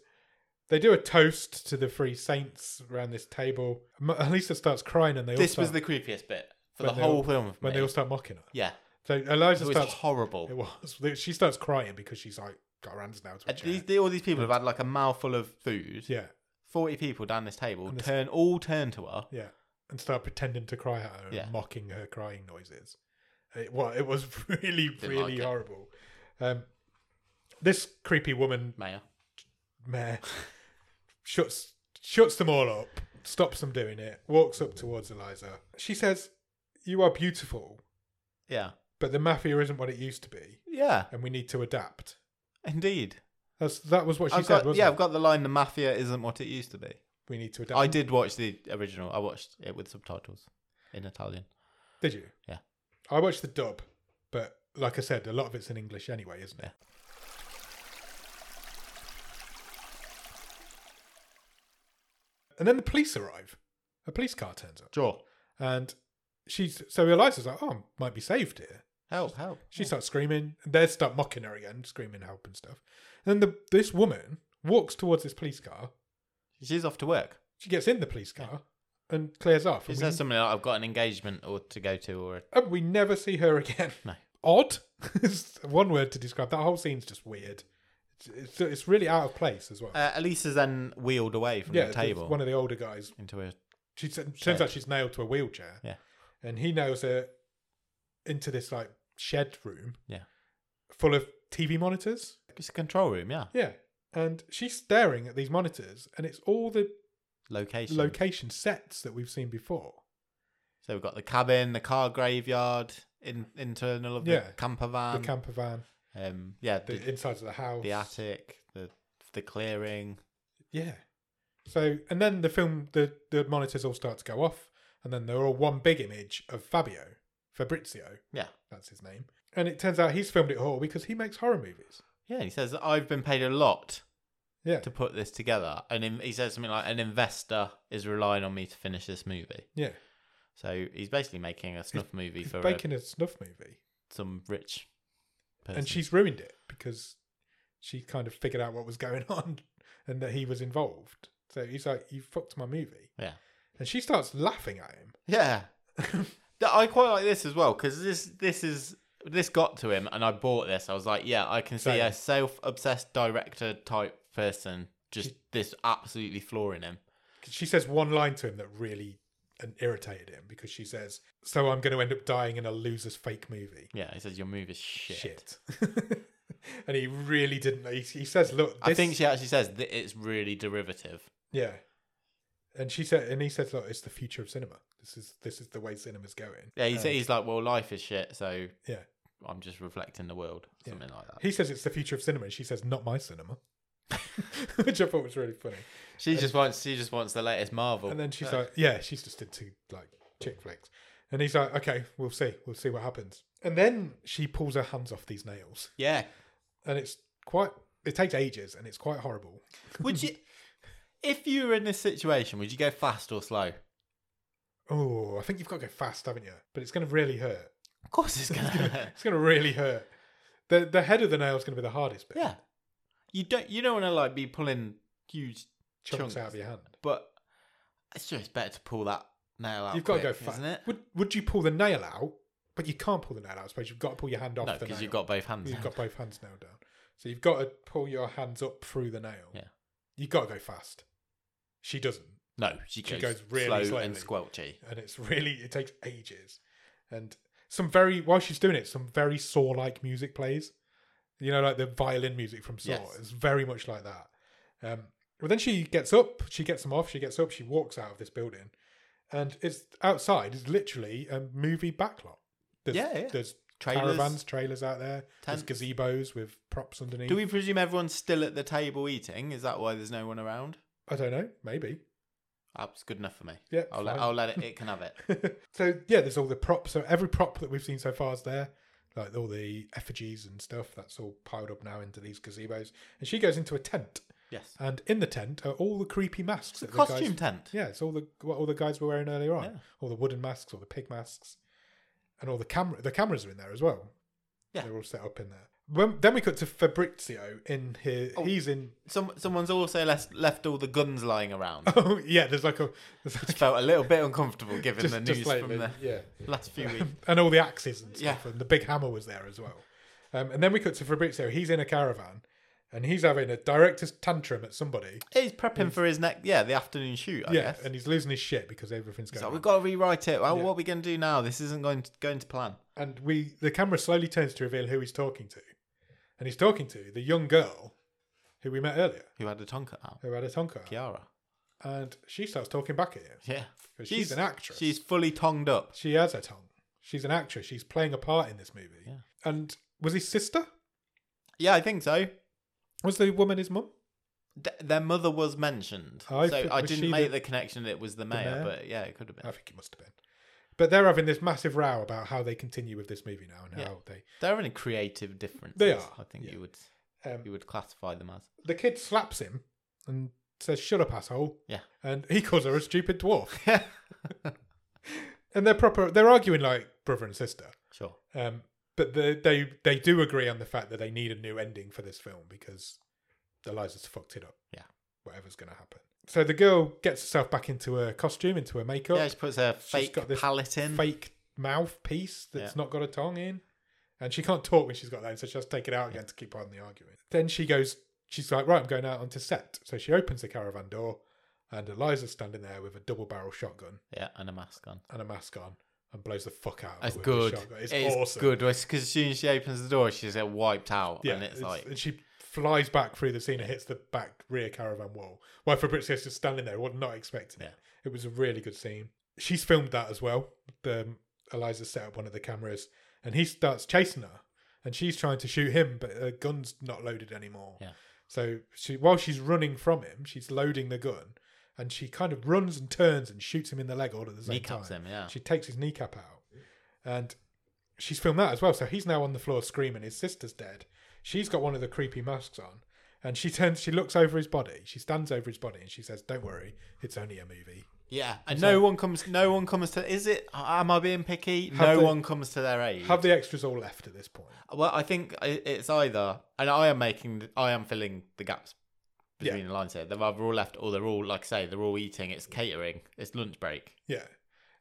they do a toast to the three saints around this table. M- Elisa starts crying, and they This all was start, the creepiest bit for When the they all- whole film. For when me. they all start mocking her. yeah, So it Eliza was starts. horrible. It was. She starts crying because she's like got her hands now to her And chair. Uh, these, they- all these people have had like a mouthful of food. Yeah, Forty people down this table And this- turn all turn to her. yeah, and start pretending to cry at her, Yeah. and mocking her crying noises. It, well, it was really, like really it. horrible. Um, this creepy woman Mayor. Meh. shuts shuts them all up, stops them doing it, walks up towards Eliza. She says, "You are beautiful, Yeah. but the mafia isn't what it used to be, Yeah. and we need to adapt." Indeed. That's that was what she I've said, got, wasn't yeah, it? I've got the line: "The mafia isn't what it used to be." We need to adapt. I did watch the original. I watched it with subtitles in Italian. Did you? Yeah. I watched the dub, but like I said, a lot of it's in English anyway, isn't it? And then the police arrive. A police car turns up. Draw. And she's so Eliza's like, oh, might be saved here. Help! Help! She starts screaming. and They start mocking her again, screaming help and stuff. And then the, this woman walks towards this police car. She's off to work. She gets in the police car and clears off. She And we, says something like, "I've got an engagement or to go to," or and we never see her again. No. Odd. It's One word to describe that whole scene's just weird. It's, it's, it's really out of place as well. uh, Elisa's then wheeled away from yeah, the it's table one of the older guys. into a She s- turns Shed. out she's nailed to a wheelchair. Yeah. and he nails her into this like shed room. Yeah. full of TV monitors. it's a control room. Yeah, Yeah. And she's staring at these monitors, and it's all the location. location sets that we've seen before. so we've got the cabin, the car graveyard, in, internal of the Yeah. camper van. the camper van, um, yeah, the, the, insides of the house. the attic, the the clearing. Yeah. So, and then the film, the, the monitors all start to go off, and then they're all one big image of Fabio, Fabrizio, Yeah, that's his name. And it turns out he's filmed it all because he makes horror movies. yeah. He says, "I've been paid a lot Yeah. to put this together," and in, he says something like, "An investor is relying on me to finish this movie." Yeah. So he's basically making a snuff movie He's for a, making a snuff movie, some rich person. and she's ruined it because she kind of figured out what was going on and that he was involved. So he's like, You fucked my movie. yeah. And she starts laughing at him. Yeah. Th- I quite like this as well because this this is this got to him and I bought this. I was like, yeah, I can see Same. a self obsessed director type person just this absolutely flooring him. 'Cause She says one line to him that really uh, irritated him because she says, So I'm going to end up dying in a loser's fake movie. Yeah, he says your move is shit. Shit. and he really didn't. He, he says, Look, this, I think she actually says that it's really derivative. Yeah. And she said, and he says, "Look, it's the future of cinema. This is this is the way cinema's going." Yeah, he's, Um, he's like, well, life is shit, so Yeah. I'm just reflecting the world, something like that. He says it's the future of cinema, and she says, "Not my cinema," which I thought was really funny. She just wants she just wants the latest Marvel. And then she's like, "Yeah, she's just into like chick flicks. And he's like, okay, we'll see. We'll see what happens. And then she pulls her hands off these nails. Yeah. And it's quite, it takes ages and it's quite horrible. Would you, if you were in this situation, would you go fast or slow? Oh, I think you've got to go fast, haven't you? But it's going to really hurt. Of course, it's gonna. It's going to really hurt. The, the head of the nail is going to be the hardest bit. yeah. You don't. You don't want to like be pulling huge Chunks, Chunks. out of your hand. but it's just better to pull that nail out. you've got to quick, go fast. isn't it? Would, would you pull the nail out? But you can't pull the nail out, I suppose. You've got to pull your hand off No, the nail. because you've got both hands. You've out. got both hands nailed down. So you've got to pull your hands up through the nail. Yeah. You've got to go fast. She doesn't. no, she goes, She goes really slow slowly. and squelchy. And it's really, it takes ages. And some very, while she's doing it, some very Saw like music plays. You know, like the violin music from Saw. Yes. It's very much like that. Um, but then she gets up, she gets them off, she gets up, she walks out of this building. And it's outside is literally a movie backlot. There's, Yeah, yeah. there's Trailers. caravans, trailers out there. Tents. There's gazebos with props underneath. Do we presume everyone's still at the table eating? Is that why there's no one around? I don't know. Maybe. That's good enough for me. Yeah. I'll let, fine. I'll let it. It can have it. so yeah, there's all the props. So every prop that we've seen so far is there, like all the effigies and stuff. That's all piled up now into these gazebos. And she goes into a tent, Yes. and in the tent are all the creepy masks. It's a that the guys- costume tent. yeah, it's all the what all the guys were wearing earlier on. Yeah. All the wooden masks, all the pig masks, and all the camera. The cameras are in there as well. Yeah. they're all set up in there. When, then we cut to Fabrizio in here. Oh. He's in. Some someone's also left left all the guns lying around. Oh yeah, there's like a. There's like, Just felt a little bit uncomfortable given the news lately, from the yeah. last few weeks. and all the axes and stuff, Yeah. and the big hammer was there as well. Um, and then we cut to Fabrizio. He's in a caravan, and he's having a director's tantrum at somebody. He's prepping for his next, yeah, the afternoon shoot. I yeah, guess. and he's losing his shit because everything's going. so on. we've got to rewrite it. Well, Yeah. What are we going to do now? This isn't going to, going to plan. and we, the camera slowly turns to reveal who he's talking to, and he's talking to the young girl who we met earlier, Who had a tongue cut out? who had a tonka, Kiara. and she starts talking back at him Yeah. 'cause she's, an actress. She's fully tongued up. she has a tongue. She's an actress. She's playing a part in this movie. Yeah. And was his sister? Yeah, I think so. Was the woman his mum? Th- their mother was mentioned, I so think- I was didn't she make the- the, connection that it was the mayor, mayor? Uh, but yeah, it could have been. I think it must have been. But they're having this massive row about how they continue with this movie now and Yeah. how they. They're in a creative difference. They are, I think yeah. you would Um, you would classify them as. the kid slaps him and says, "Shut up, asshole!" Yeah. and he calls her a stupid dwarf. and they're proper. They're arguing like brother and sister. Sure. Um, but they they they do agree on the fact that they need a new ending for this film because Eliza's fucked it up. Yeah. whatever's going to happen. So the girl gets herself back into her costume, into her makeup. Yeah, she puts her fake got this palette in. fake mouthpiece that's Yeah. not got a tongue in. And she can't talk when she's got that, in, so she has to take it out again to keep on the argument. Then she goes, she's like, right, I'm going out onto set. So she opens the caravan door, and Eliza's standing there with a double barrel shotgun Yeah, and a mask on. and a mask on and blows the fuck out of That's her with good. the shotgun. It's It is awesome. good because as soon as she opens the door, she's uh, wiped out, Yeah, and it's, like and she flies back through the scene and hits the back rear caravan wall. While Fabrizio's just standing there, was not expecting it. It was a really good scene. She's filmed that as well. The Eliza set up one of the cameras, and he starts chasing her, and she's trying to shoot him, but her gun's not loaded anymore. Yeah. So she, while she's running from him, she's loading the gun, and she kind of runs and turns and shoots him in the leg all at the same kneecaps time. him. Yeah, She takes his kneecap out. And she's filmed that as well. So he's now on the floor screaming. His sister's dead. She's got one of the creepy masks on. And she turns, she looks over his body. She stands over his body and she says, Don't worry, it's only a movie. yeah, and no one comes. No one comes to. Is it? Am I being picky? Have no they- one comes to their aid. Have the extras all left at this point? Well, I think i- it's either, and I am making, I am filling the gaps between the lines here. They're either all left, or they're all, like I say, they're all eating. It's catering. It's lunch break. Yeah.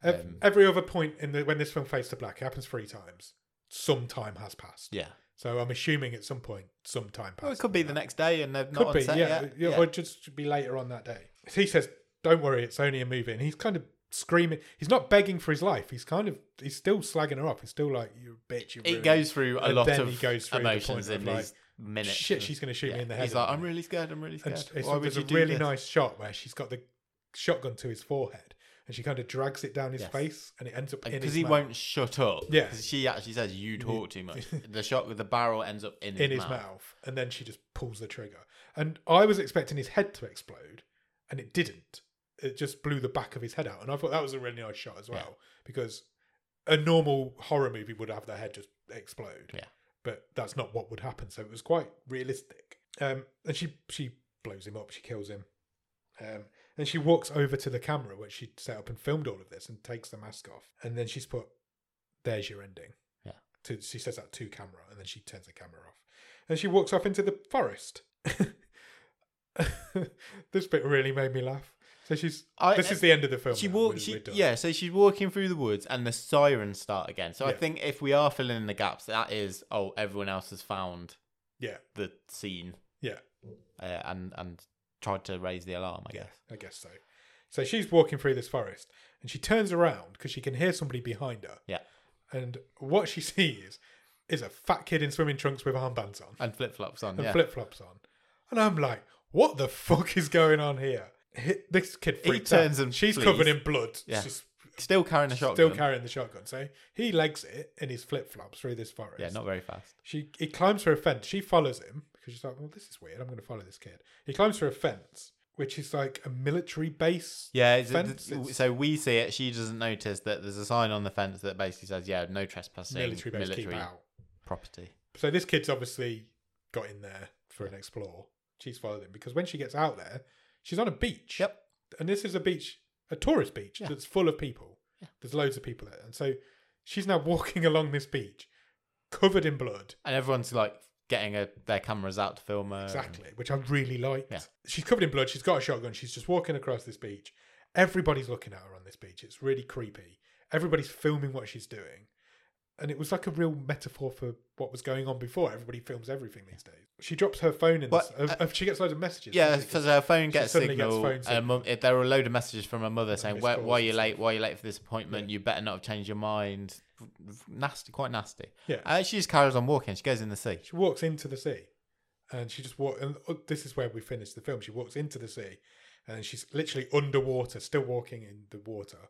Ev- Um, Every other point in the when this film fades to black, it happens three times. Some time has passed. Yeah. So I'm assuming at some point, some time passed. Well, it could be the next day, and they've not Could on be, set yeah. yet. yeah, Or just be later on that day. He says, "Don't worry, it's only a movie," and he's kind of screaming. He's not begging for his life. He's kind of he's still slagging her off. He's still like, "You bitch." You It ruined goes through a And lot then of he goes through the point emotions of in like, these minutes. shit. She's going to shoot Yeah. me in the head. He's in a like, I'm minute." really scared. I'm really scared. And it's, Why would there's you a do really this? nice shot where she's got the shotgun to his forehead, and she kind of drags it down his Yes. face, and it ends up in Because his he mouth. won't shut up. Yeah. 'Cause she actually says, "You talk too much." the shot with the barrel ends up in his, in his mouth. and then she just pulls the trigger. And I was expecting his head to explode, and it didn't. it just blew the back of his head out, and I thought that was a really nice shot as well because a normal horror movie would have their head just explode. Yeah. but that's not what would happen, so it was quite realistic. Um, and she she blows him up, she kills him, um, and she walks over to the camera which she set up and filmed all of this, and takes the mask off, and then she's put, "There's your ending." Yeah. To, she says that to camera, and then she turns the camera off, and she walks off into the forest. this bit really made me laugh. So she's I- uh, this is the end of the film. She now. walks. We're- She, we're done. yeah, so she's walking through the woods, and the sirens start again. So I Yeah. think if we are filling in the gaps, that is, oh, everyone else has found yeah, the scene, yeah, uh, and and tried to raise the alarm. I yeah. guess. I guess so. So she's walking through this forest, and she turns around because she can hear somebody behind her. Yeah. And what she sees is a fat kid in swimming trunks with armbands on And flip flops on. and yeah. flip flops on, and I'm like, what the fuck is going on here? Hi- This kid He freaks turns out. and She's flees. covered in blood. Yeah. She's Still carrying a shotgun. still carrying the shotgun. So he legs it in his flip flops through this forest. yeah, not very fast. She he climbs through a fence. She follows him because she's like, "Well, this is weird. I'm going to follow this kid." He climbs through a fence, which is like a military base. Yeah, it's, Fence, it's- it's- so we see it. She doesn't notice that there's a sign on the fence that basically says, "Yeah, no trespassing, military base. Keep out. property." So this kid's obviously got in there for an explore. She's followed him because when she gets out there, she's on a beach. Yep. And this is a beach, a tourist beach Yeah. that's full of people. There's loads of people there, and so she's now walking along this beach, covered in blood. And everyone's like getting a, their cameras out to film um, her. and- Exactly, which I really liked. Yeah. She's covered in blood. She's got a shotgun. She's just walking across this beach. Everybody's looking at her on this beach. It's really creepy. Everybody's filming what she's doing. And it was like a real metaphor for what was going on before. Everybody films everything these days. She drops her phone in. But, this, uh, uh, she gets loads of messages. Yeah, doesn't she? because her phone gets suddenly signal. gets phone and her mum- it- there were a load of messages from her mother saying, missed "Why, calls why are and you stuff. late? Why are you late for this appointment? You better not have changed your mind." Nasty, quite nasty. Yeah. Uh, she just carries on walking. She goes in the sea. She walks into the sea, and she just walk. And uh, this is where we finish the film. She walks into the sea, and she's literally underwater, still walking in the water.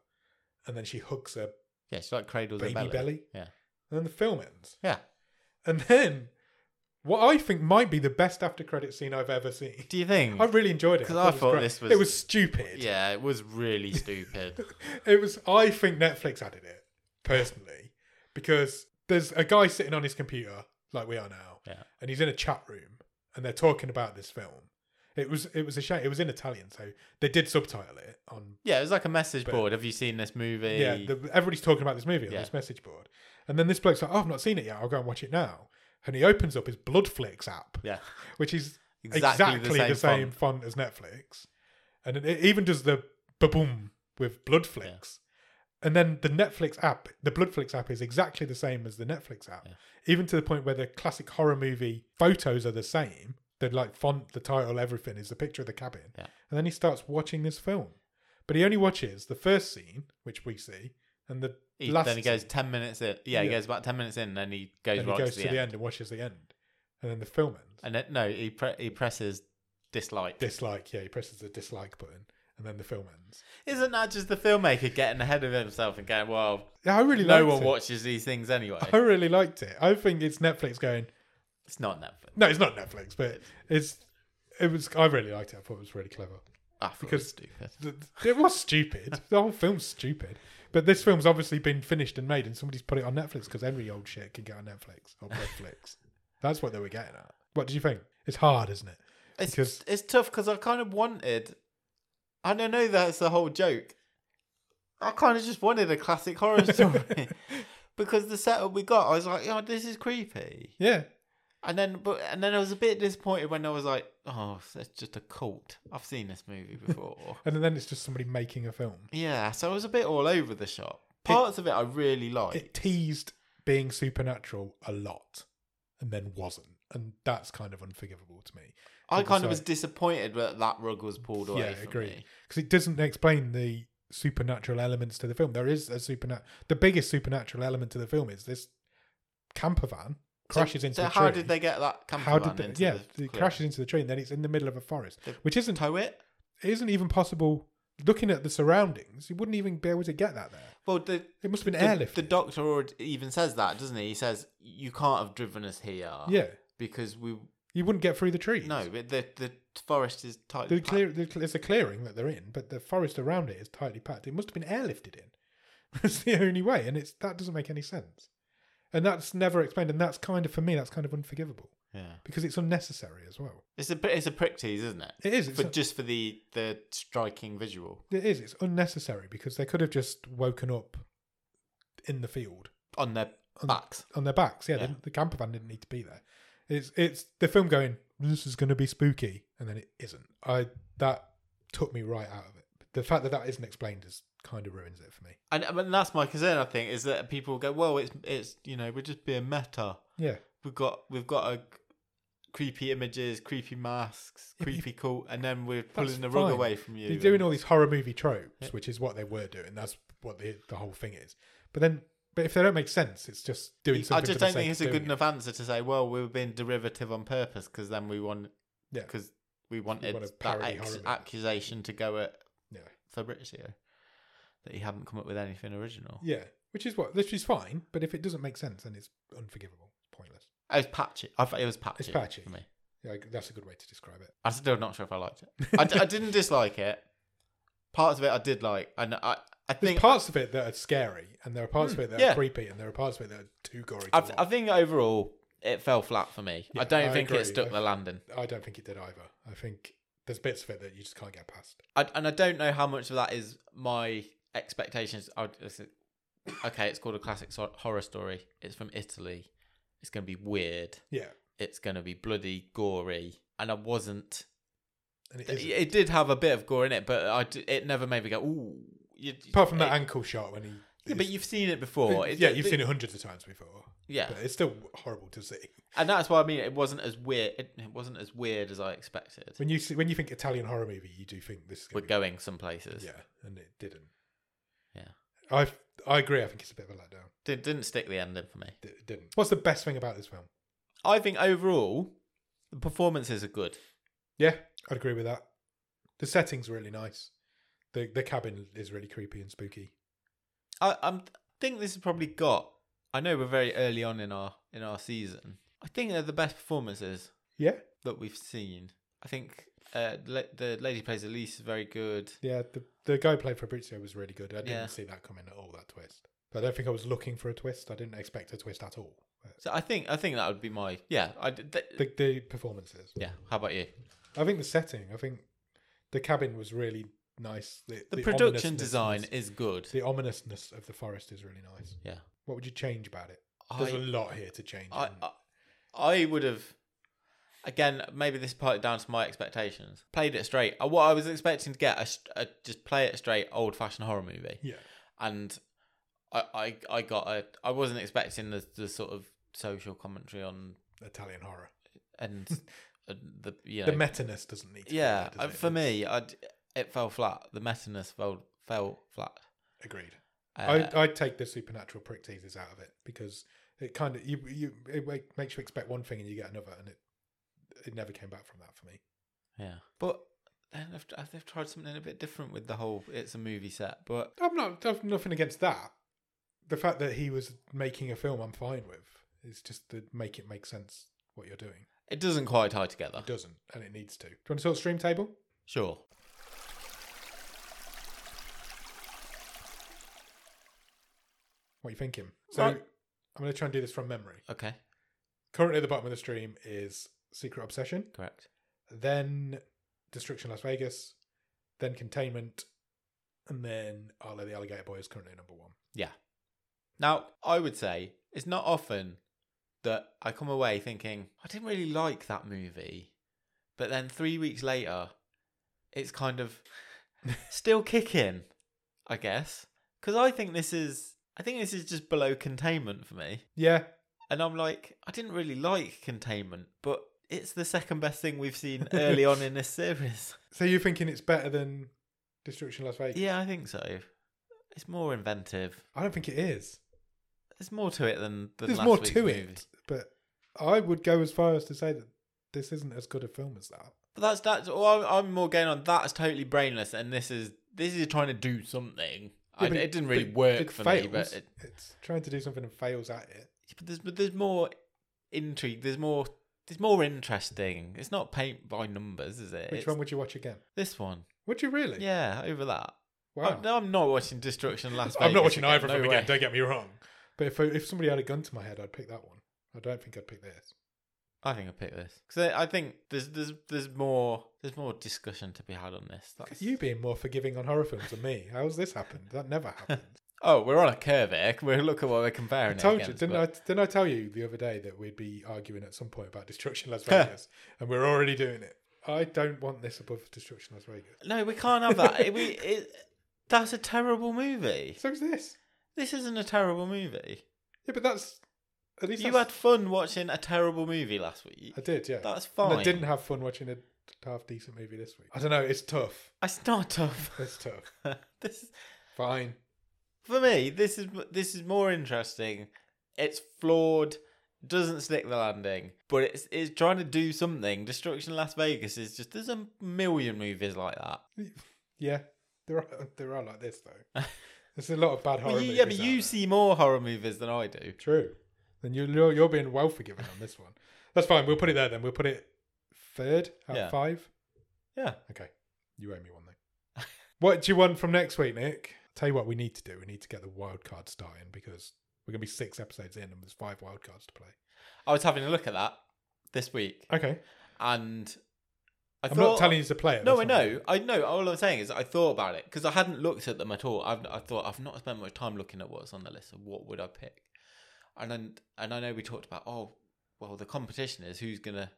And then she hugs her Yeah, she like cradles baby her belly. belly. Yeah. And then the film ends. Yeah. And then what I think might be the best after credit scene I've ever seen. Do you think? I really enjoyed it. 'Cause I it thought great. this was- It was stupid. yeah, it was really stupid. It was I think Netflix added it, personally. Because there's a guy sitting on his computer, like we are now, Yeah. and he's in a chat room and they're talking about this film. It was it was a shame. It was in Italian, so they did subtitle it on Yeah, it was like a message board. Have you seen this movie? Yeah, the, everybody's talking about this movie on Yeah. this message board. And then this bloke's like, oh, I've not seen it yet. I'll go and watch it now. And he opens up his Bloodflix app, yeah. which is exactly, Exactly, the same. the same font. font. as Netflix. And it- it even does the boom with Bloodflix. And then the Netflix app, the Bloodflix app is exactly the same as the Netflix app, even to the point where the classic horror movie photos are the same. The like font, the title, everything is the picture of the cabin. Yeah. And then he starts watching this film. But he only watches the first scene, which we see, and the He- last then he goes scene, ten minutes in. Yeah, he Yeah. goes about ten minutes in, and then he goes and he right goes to, to the, end. and watches the end. And then the film ends. And then, no, he pre- he presses dislike. dislike, yeah, he presses the dislike button and then the film ends. Isn't that just the filmmaker getting ahead of himself and going, well, Yeah, I really no liked one it. watches these things anyway? I really liked it. I think it's Netflix going. It's not Netflix. No, it's not Netflix, but it's it was. I really liked it. I thought it was really clever. I thought Because- it was stupid. Th- It was stupid. The whole film's stupid. But this film's obviously been finished and made, and somebody's put it on Netflix because every old shit can get on Netflix or Netflix. That's what they were getting at. What did you think? It's hard, isn't it? It's, because- it's tough because I kind of wanted. I don't know, that's the whole joke. I kind of just wanted a classic horror story. because the setup we got, I was like, oh, this is creepy. Yeah, And then, but and then I was a bit disappointed when I was like, "Oh, that's just a cult." I've seen this movie before. and then it's just somebody making a film. yeah, so I was a bit all over the shop. Parts of it I really liked. It teased being supernatural a lot, and then wasn't, and that's kind of unforgivable to me. I It kind of like- was disappointed that that rug was pulled away. Yeah, from agreed. me. because it doesn't explain the supernatural elements to the film. There is a supernatural. The biggest supernatural element to the film is this camper van crashes so, into So a tree. how did they get that camper How van did they- into yeah, the it cliff? crashes into the tree, and then it's in the middle of a forest, They- which isn't tow it? isn't even possible. Looking at the surroundings, you wouldn't even be able to get that there. Well, the It must have been the, the airlifted. doctor already even says that, doesn't he? He says you can't have driven us here yeah, because we you wouldn't get through the trees. no, but the the forest is tightly The packed. clear, the, there's a clearing that they're in, but the forest around it is tightly packed. It must have been airlifted in. That's the only way, and it's that doesn't make any sense. And that's never explained, and that's kind of for me, that's kind of unforgivable Yeah, because it's unnecessary as well. it's a bit- it's a prick tease, isn't it? It is. It's For just for the the striking visual. It is. It's unnecessary because they could have just woken up in the field on their On- backs. on their backs. Yeah, Yeah. The, the camper van didn't need to be there. It's it's the film going. This is going to be spooky, and then it isn't. I that took me right out of it. The fact that that isn't explained is kind of ruins it for me. And, and that's my concern. I think is that people go, well, it's it's you know we're just being meta. Yeah, We've got we've got a creepy images, creepy masks, Yeah, but you- creepy cult, and then we're pulling the fine. rug away from you. they're doing all these horror movie tropes, which is what they were doing. That's what the the whole thing is. But then, but if they don't make sense, it's just doing I something. for just the don't sake think of it's a doing good it. enough answer to say, well, we were being derivative on purpose because then we want Yeah. because we wanted want a that parody horror ex- movie. accusation to go at Yeah. Fabrizio that he hadn't come up with anything original. Yeah, which is what which is fine. But if it doesn't make sense, then it's unforgivable. It's pointless. It was patchy. I thought it was patchy. patchy. for me. Yeah, I- that's a good way to describe it. I'm still not sure if I liked it. I, d- I didn't dislike it. Parts of it I did like, and I I There's think Hmm, parts of it that are scary, and there are parts of it that yeah. are creepy, and there are parts of it that are too gory. To I, I watch. think overall it fell flat for me. Yeah, I don't I think agree. it stuck the landing, I don't think it did either. I think there's bits of it that you just can't get past. I, and I don't know how much of that is my expectations. I, would- it's- okay, it's called a classic so- horror story. It's from Italy. It's going to be weird. Yeah, It's going to be bloody gory, and I wasn't and it It, is. it did have a bit of gore in it, but I d- it never made me go, ooh. You, Apart from it- that ankle shot when he. yeah, but you've seen it before. It- yeah, you've seen it hundreds of times before. Yeah, But it's still horrible to see and that's why I mean it wasn't as weird. It, it wasn't as weird as I expected. when you see, when you think Italian horror movie, you do think this is We're going. to going some be, places. Yeah, and it didn't. Yeah. I I agree. I think it's a bit of a letdown. Did, didn't stick the ending for me. D- It didn't. What's the best thing about this film? I think overall the performances are good. Yeah, I'd agree with that. The setting's really nice. The the cabin is really creepy and spooky. I I'm, think this has probably got. I know we're very early on in our in our season. I think they're the best performances Yeah, that we've seen. I think uh, la- the lady who plays Elise is very good. yeah. The the guy who played Fabrizio was really good. I didn't Yeah. see that coming at all. That twist. But I don't think I was looking for a twist. I didn't expect a twist at all. But So I think I think that would be my yeah. I d- th- the the performances. yeah. How about you? I think the setting. I think the cabin was really nice. The, The, the production ominousness- design is good. The ominousness of the forest is really nice. Yeah. What would you change about it? There's a I, lot here to change. I and- I I would have again maybe this part down to my expectations. Played it straight. Uh, What I was expecting to get a, st- a just play it straight old fashioned horror movie, yeah, and I I, I got a I wasn't expecting the, the sort of social commentary on Italian horror. and, and the you know The metaness doesn't need. to be yeah there, uh, does it? for It's- me I it fell flat. The metaness fell fell flat. Agreed. Uh, I I take the supernatural prick teasers out of it because it kind of you you it wa- makes you expect one thing and you get another, and it it never came back from that for me. Yeah, but then if, if they've tried something a bit different with the whole it's a movie set, but I'm not I've nothing against that. The fact that he was making a film, I'm fine with. It's just to make it make sense what you're doing. it doesn't quite tie together. It doesn't, and it needs to. Do you want to sort of stream table? Sure. What are you thinking? So Right. I'm going to try and do this from memory. Okay. Currently, at the bottom of the stream is Secret Obsession, Correct. then Destruction Las Vegas, then Containment, and then Arlo the Alligator Boy is currently number one. Yeah. Now I would say it's not often that I come away thinking I didn't really like that movie, but then three weeks later, it's kind of still kicking, I guess, because I think this is I think this is just below containment for me. Yeah, And I'm like, I didn't really like containment, but it's the second best thing we've seen early on in this series. so you're thinking it's better than Destruction Las Vegas? Yeah, I think so. It's more inventive. I don't think it is. There's more to it than, than There's last more week's to movie. it, but I would go as far as to say that this isn't as good a film as that. But that's that's. Well, I'm, I'm more going on. That's totally brainless, and this is this is trying to do something. I, Yeah, but it didn't really but work it for me, fails. but, it, it's trying to do something and fails at it. but there's but there's more intrigue. There's more It's more interesting. It's not paint by numbers, is it? Which It's one would you watch again? This one. Would you really? Yeah, over that. Wow. I'm, no, I'm not watching Destruction Las Vegas. I'm not watching either no of them way. again. Don't get me wrong. But if if somebody had a gun to my head, I'd pick that one. I don't think I'd pick this. I think I'll pick this because I I think there's there's there's more there's more discussion to be had on this. Look at That's... you being more forgiving on horror films than me. How's this happened? That never happened. Oh, we're on a curve here. We'll look at what we're I comparing. told it you, against, didn't but- I? Didn't I tell you the other day that we'd be arguing at some point about Destruction Las Vegas, and we're already doing it. I don't want this above Destruction Las Vegas. No, we can't have that. It- we it, that's a terrible movie. So is this. This isn't a terrible movie. Yeah, but that's at least You that's- had fun watching a terrible movie last week. I did, yeah. That's And fine. I didn't have fun watching a half decent movie this week. I don't know. It's tough. It's not tough. It's tough. this is, Fine. for me. This is this is more interesting. It's flawed. Doesn't stick the landing, but it's it's trying to do something. Destruction Las Vegas is just there's a million movies like that. Yeah, there are there are like this though. There's a lot of bad horror. But you, movies yeah, but out you there. see more horror movies than I do. true. Then you you're, you're being well forgiven on this one. That's fine. We'll put it there. Then we'll put it third out Yeah. of five. Yeah, Okay, you owe me one though. what do you want from next week, Nick? Tell you what, we need to do. We need to get the wild card starting because we're gonna be six episodes in and there's five wild cards to play. I was having a look at that this week, Okay, and I I'm thought, not telling you to play it. No, that's not- I know, I know. All I'm saying is I thought about it because I hadn't looked at them at all. I've, I thought I've not spent much time looking at what's on the list. Of what would I pick? And then, and I know we talked about oh, well, the competition is who's gonna,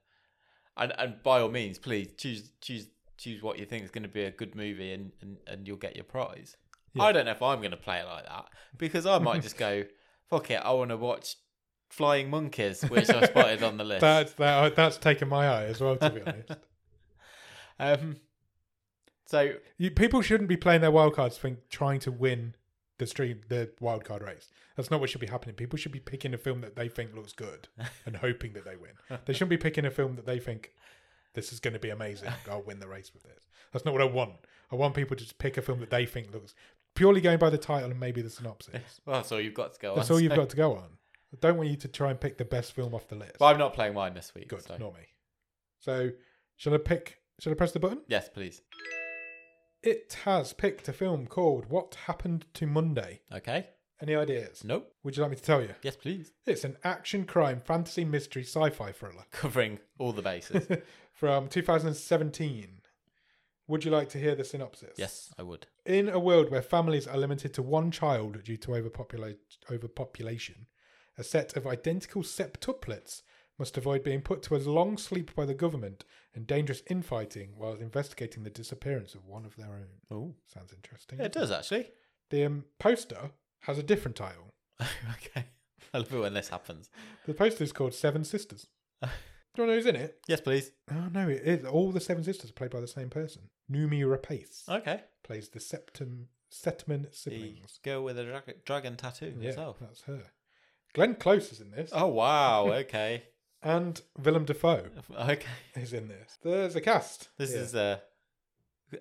and and by all means, please choose choose choose what you think is going to be a good movie, and and, and you'll get your prize. Yeah. I don't know if I'm going to play it like that because I might just go fuck it. I want to watch Flying Monkeys, which I spotted on the list. That's that, that's taken my eye as well. To be honest. Um, so You, people shouldn't be playing their wildcards think trying to win the stream the wildcard race. That's not what should be happening. People should be picking a film that they think looks good and hoping that they win. They shouldn't be picking a film that they think this is going to be amazing. I'll win the race with this. That's not what I want. I want people to just pick a film that they think looks purely going by the title and maybe the synopsis. well, that's all you've got to go. That's on. all you've so- got to go on. I don't want you to try and pick the best film off the list. Well, I'm not playing mine this week. Good, so- not me. So, shall I pick? Shall I press the button? Yes, please. It has picked a film called What Happened to Monday. Okay. Any ideas? Nope. Would you like me to tell you? Yes, please. It's an action crime fantasy mystery sci-fi thriller Covering all the bases. from 2017. Would you like to hear the synopsis? yes, I would. In a world where families are limited to one child due to overpopula- overpopulation, a set of identical septuplets must avoid being put to a long sleep by the government and dangerous infighting while investigating the disappearance of one of their own. Oh, Sounds interesting. yeah, it does actually. The um, poster has a different title. okay. I love it when this happens. The poster is called Seven Sisters. Do you know who's in it? Yes, please. Oh no, it is. All the Seven Sisters are played by the same person. Numi Rapace Okay. plays the Septim Setman The siblings. girl with a drag- dragon tattoo yeah, herself. that's her. Glenn Close is in this, Oh wow. Okay. and Willem Dafoe okay. is in this. There's a cast. This here. is a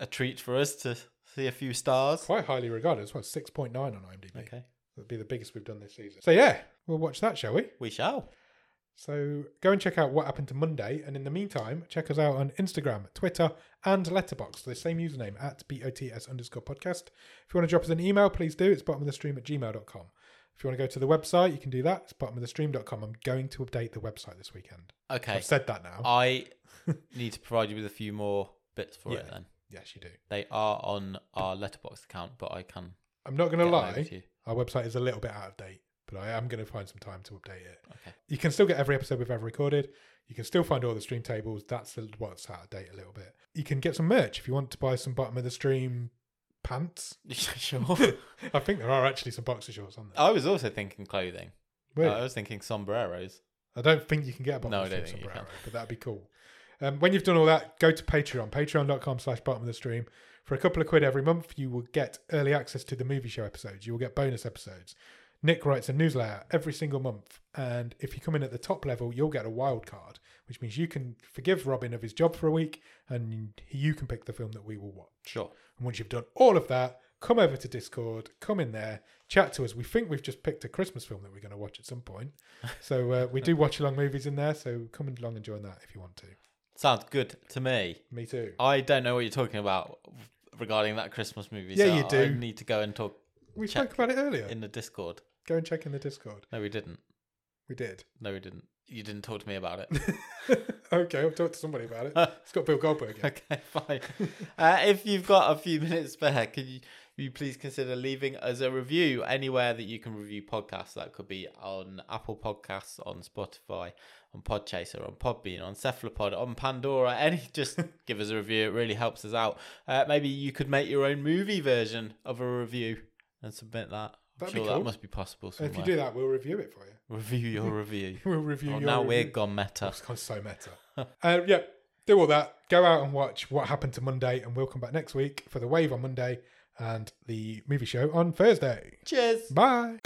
a treat for us to see a few stars. quite highly regarded as well. Six point nine on IMDb. Okay. That'd be the biggest we've done this season. So yeah, we'll watch that, shall we? We shall. So go and check out what happened to Monday, and in the meantime, check us out on Instagram, Twitter, and Letterboxd, the same username at BOTS underscore podcast. If you want to drop us an email, please do. It's bottom of the stream at gmail.com. If you want to go to the website, you can do that. It's bottom of the stream.com. I'm going to update the website this weekend. Okay. I've said that now. I need to provide you with a few more bits for it Yeah. then. yes, you do. They are on our letterbox account, but I can I'm not going to get them over to lie. you. Our website is a little bit out of date, but I am going to find some time to update it. Okay. You can still get every episode we've ever recorded. You can still find all the stream tables. That's a- what's out of date a little bit. You can get some merch if you want to buy some bottom of the stream pants. sure. I think there are actually some boxer shorts on there. I was also thinking clothing. Really? I was thinking sombreros. I don't think you can get a bottom No, of I the don't stream think you sombrero, can. but that'd be cool. Um, when you've done all that, go to Patreon, patreon.com slash bottom of the stream. For a couple of quid every month, you will get early access to the movie show episodes. You will get bonus episodes. Nick writes a newsletter every single month. And if you come in at the top level, you'll get a wild card, which means you can forgive Robin of his job for a week and you can pick the film that we will watch. Sure. And once you've done all of that, Come over to Discord, come in there, chat to us. We think we've just picked a Christmas film that we're going to watch at some point. So uh, we do watch along movies in there. So come along and join that if you want to. Sounds good to me. Me too. I don't know what you're talking about regarding that Christmas movie. Yeah, so you I do. need to go and talk We spoke check about it earlier. in the Discord. Go and check in the Discord. No, we didn't. We did. No, we didn't. You didn't talk to me about it. okay, I'll talk to somebody about it. It's got Bill Goldberg. in it. Okay, fine. uh, if you've got a few minutes spare, can you, you please consider leaving us a review anywhere that you can review podcasts? That could be on Apple Podcasts, on Spotify, on Podchaser, on Podbean, on Cephalopod, on Pandora. Any, just give us a review. It really helps us out. Uh, maybe you could make your own movie version of a review and submit that. I'm That'd be sure cool. that must be possible. And Somewhere. if you do that, we'll review it for you. review your review. We'll review Oh, your now review. we're gone meta. It's gone so meta. uh, yeah, do all that. Go out and watch What Happened to Monday, and we'll come back next week for The Wave on Monday and the movie show on Thursday. Cheers. Bye.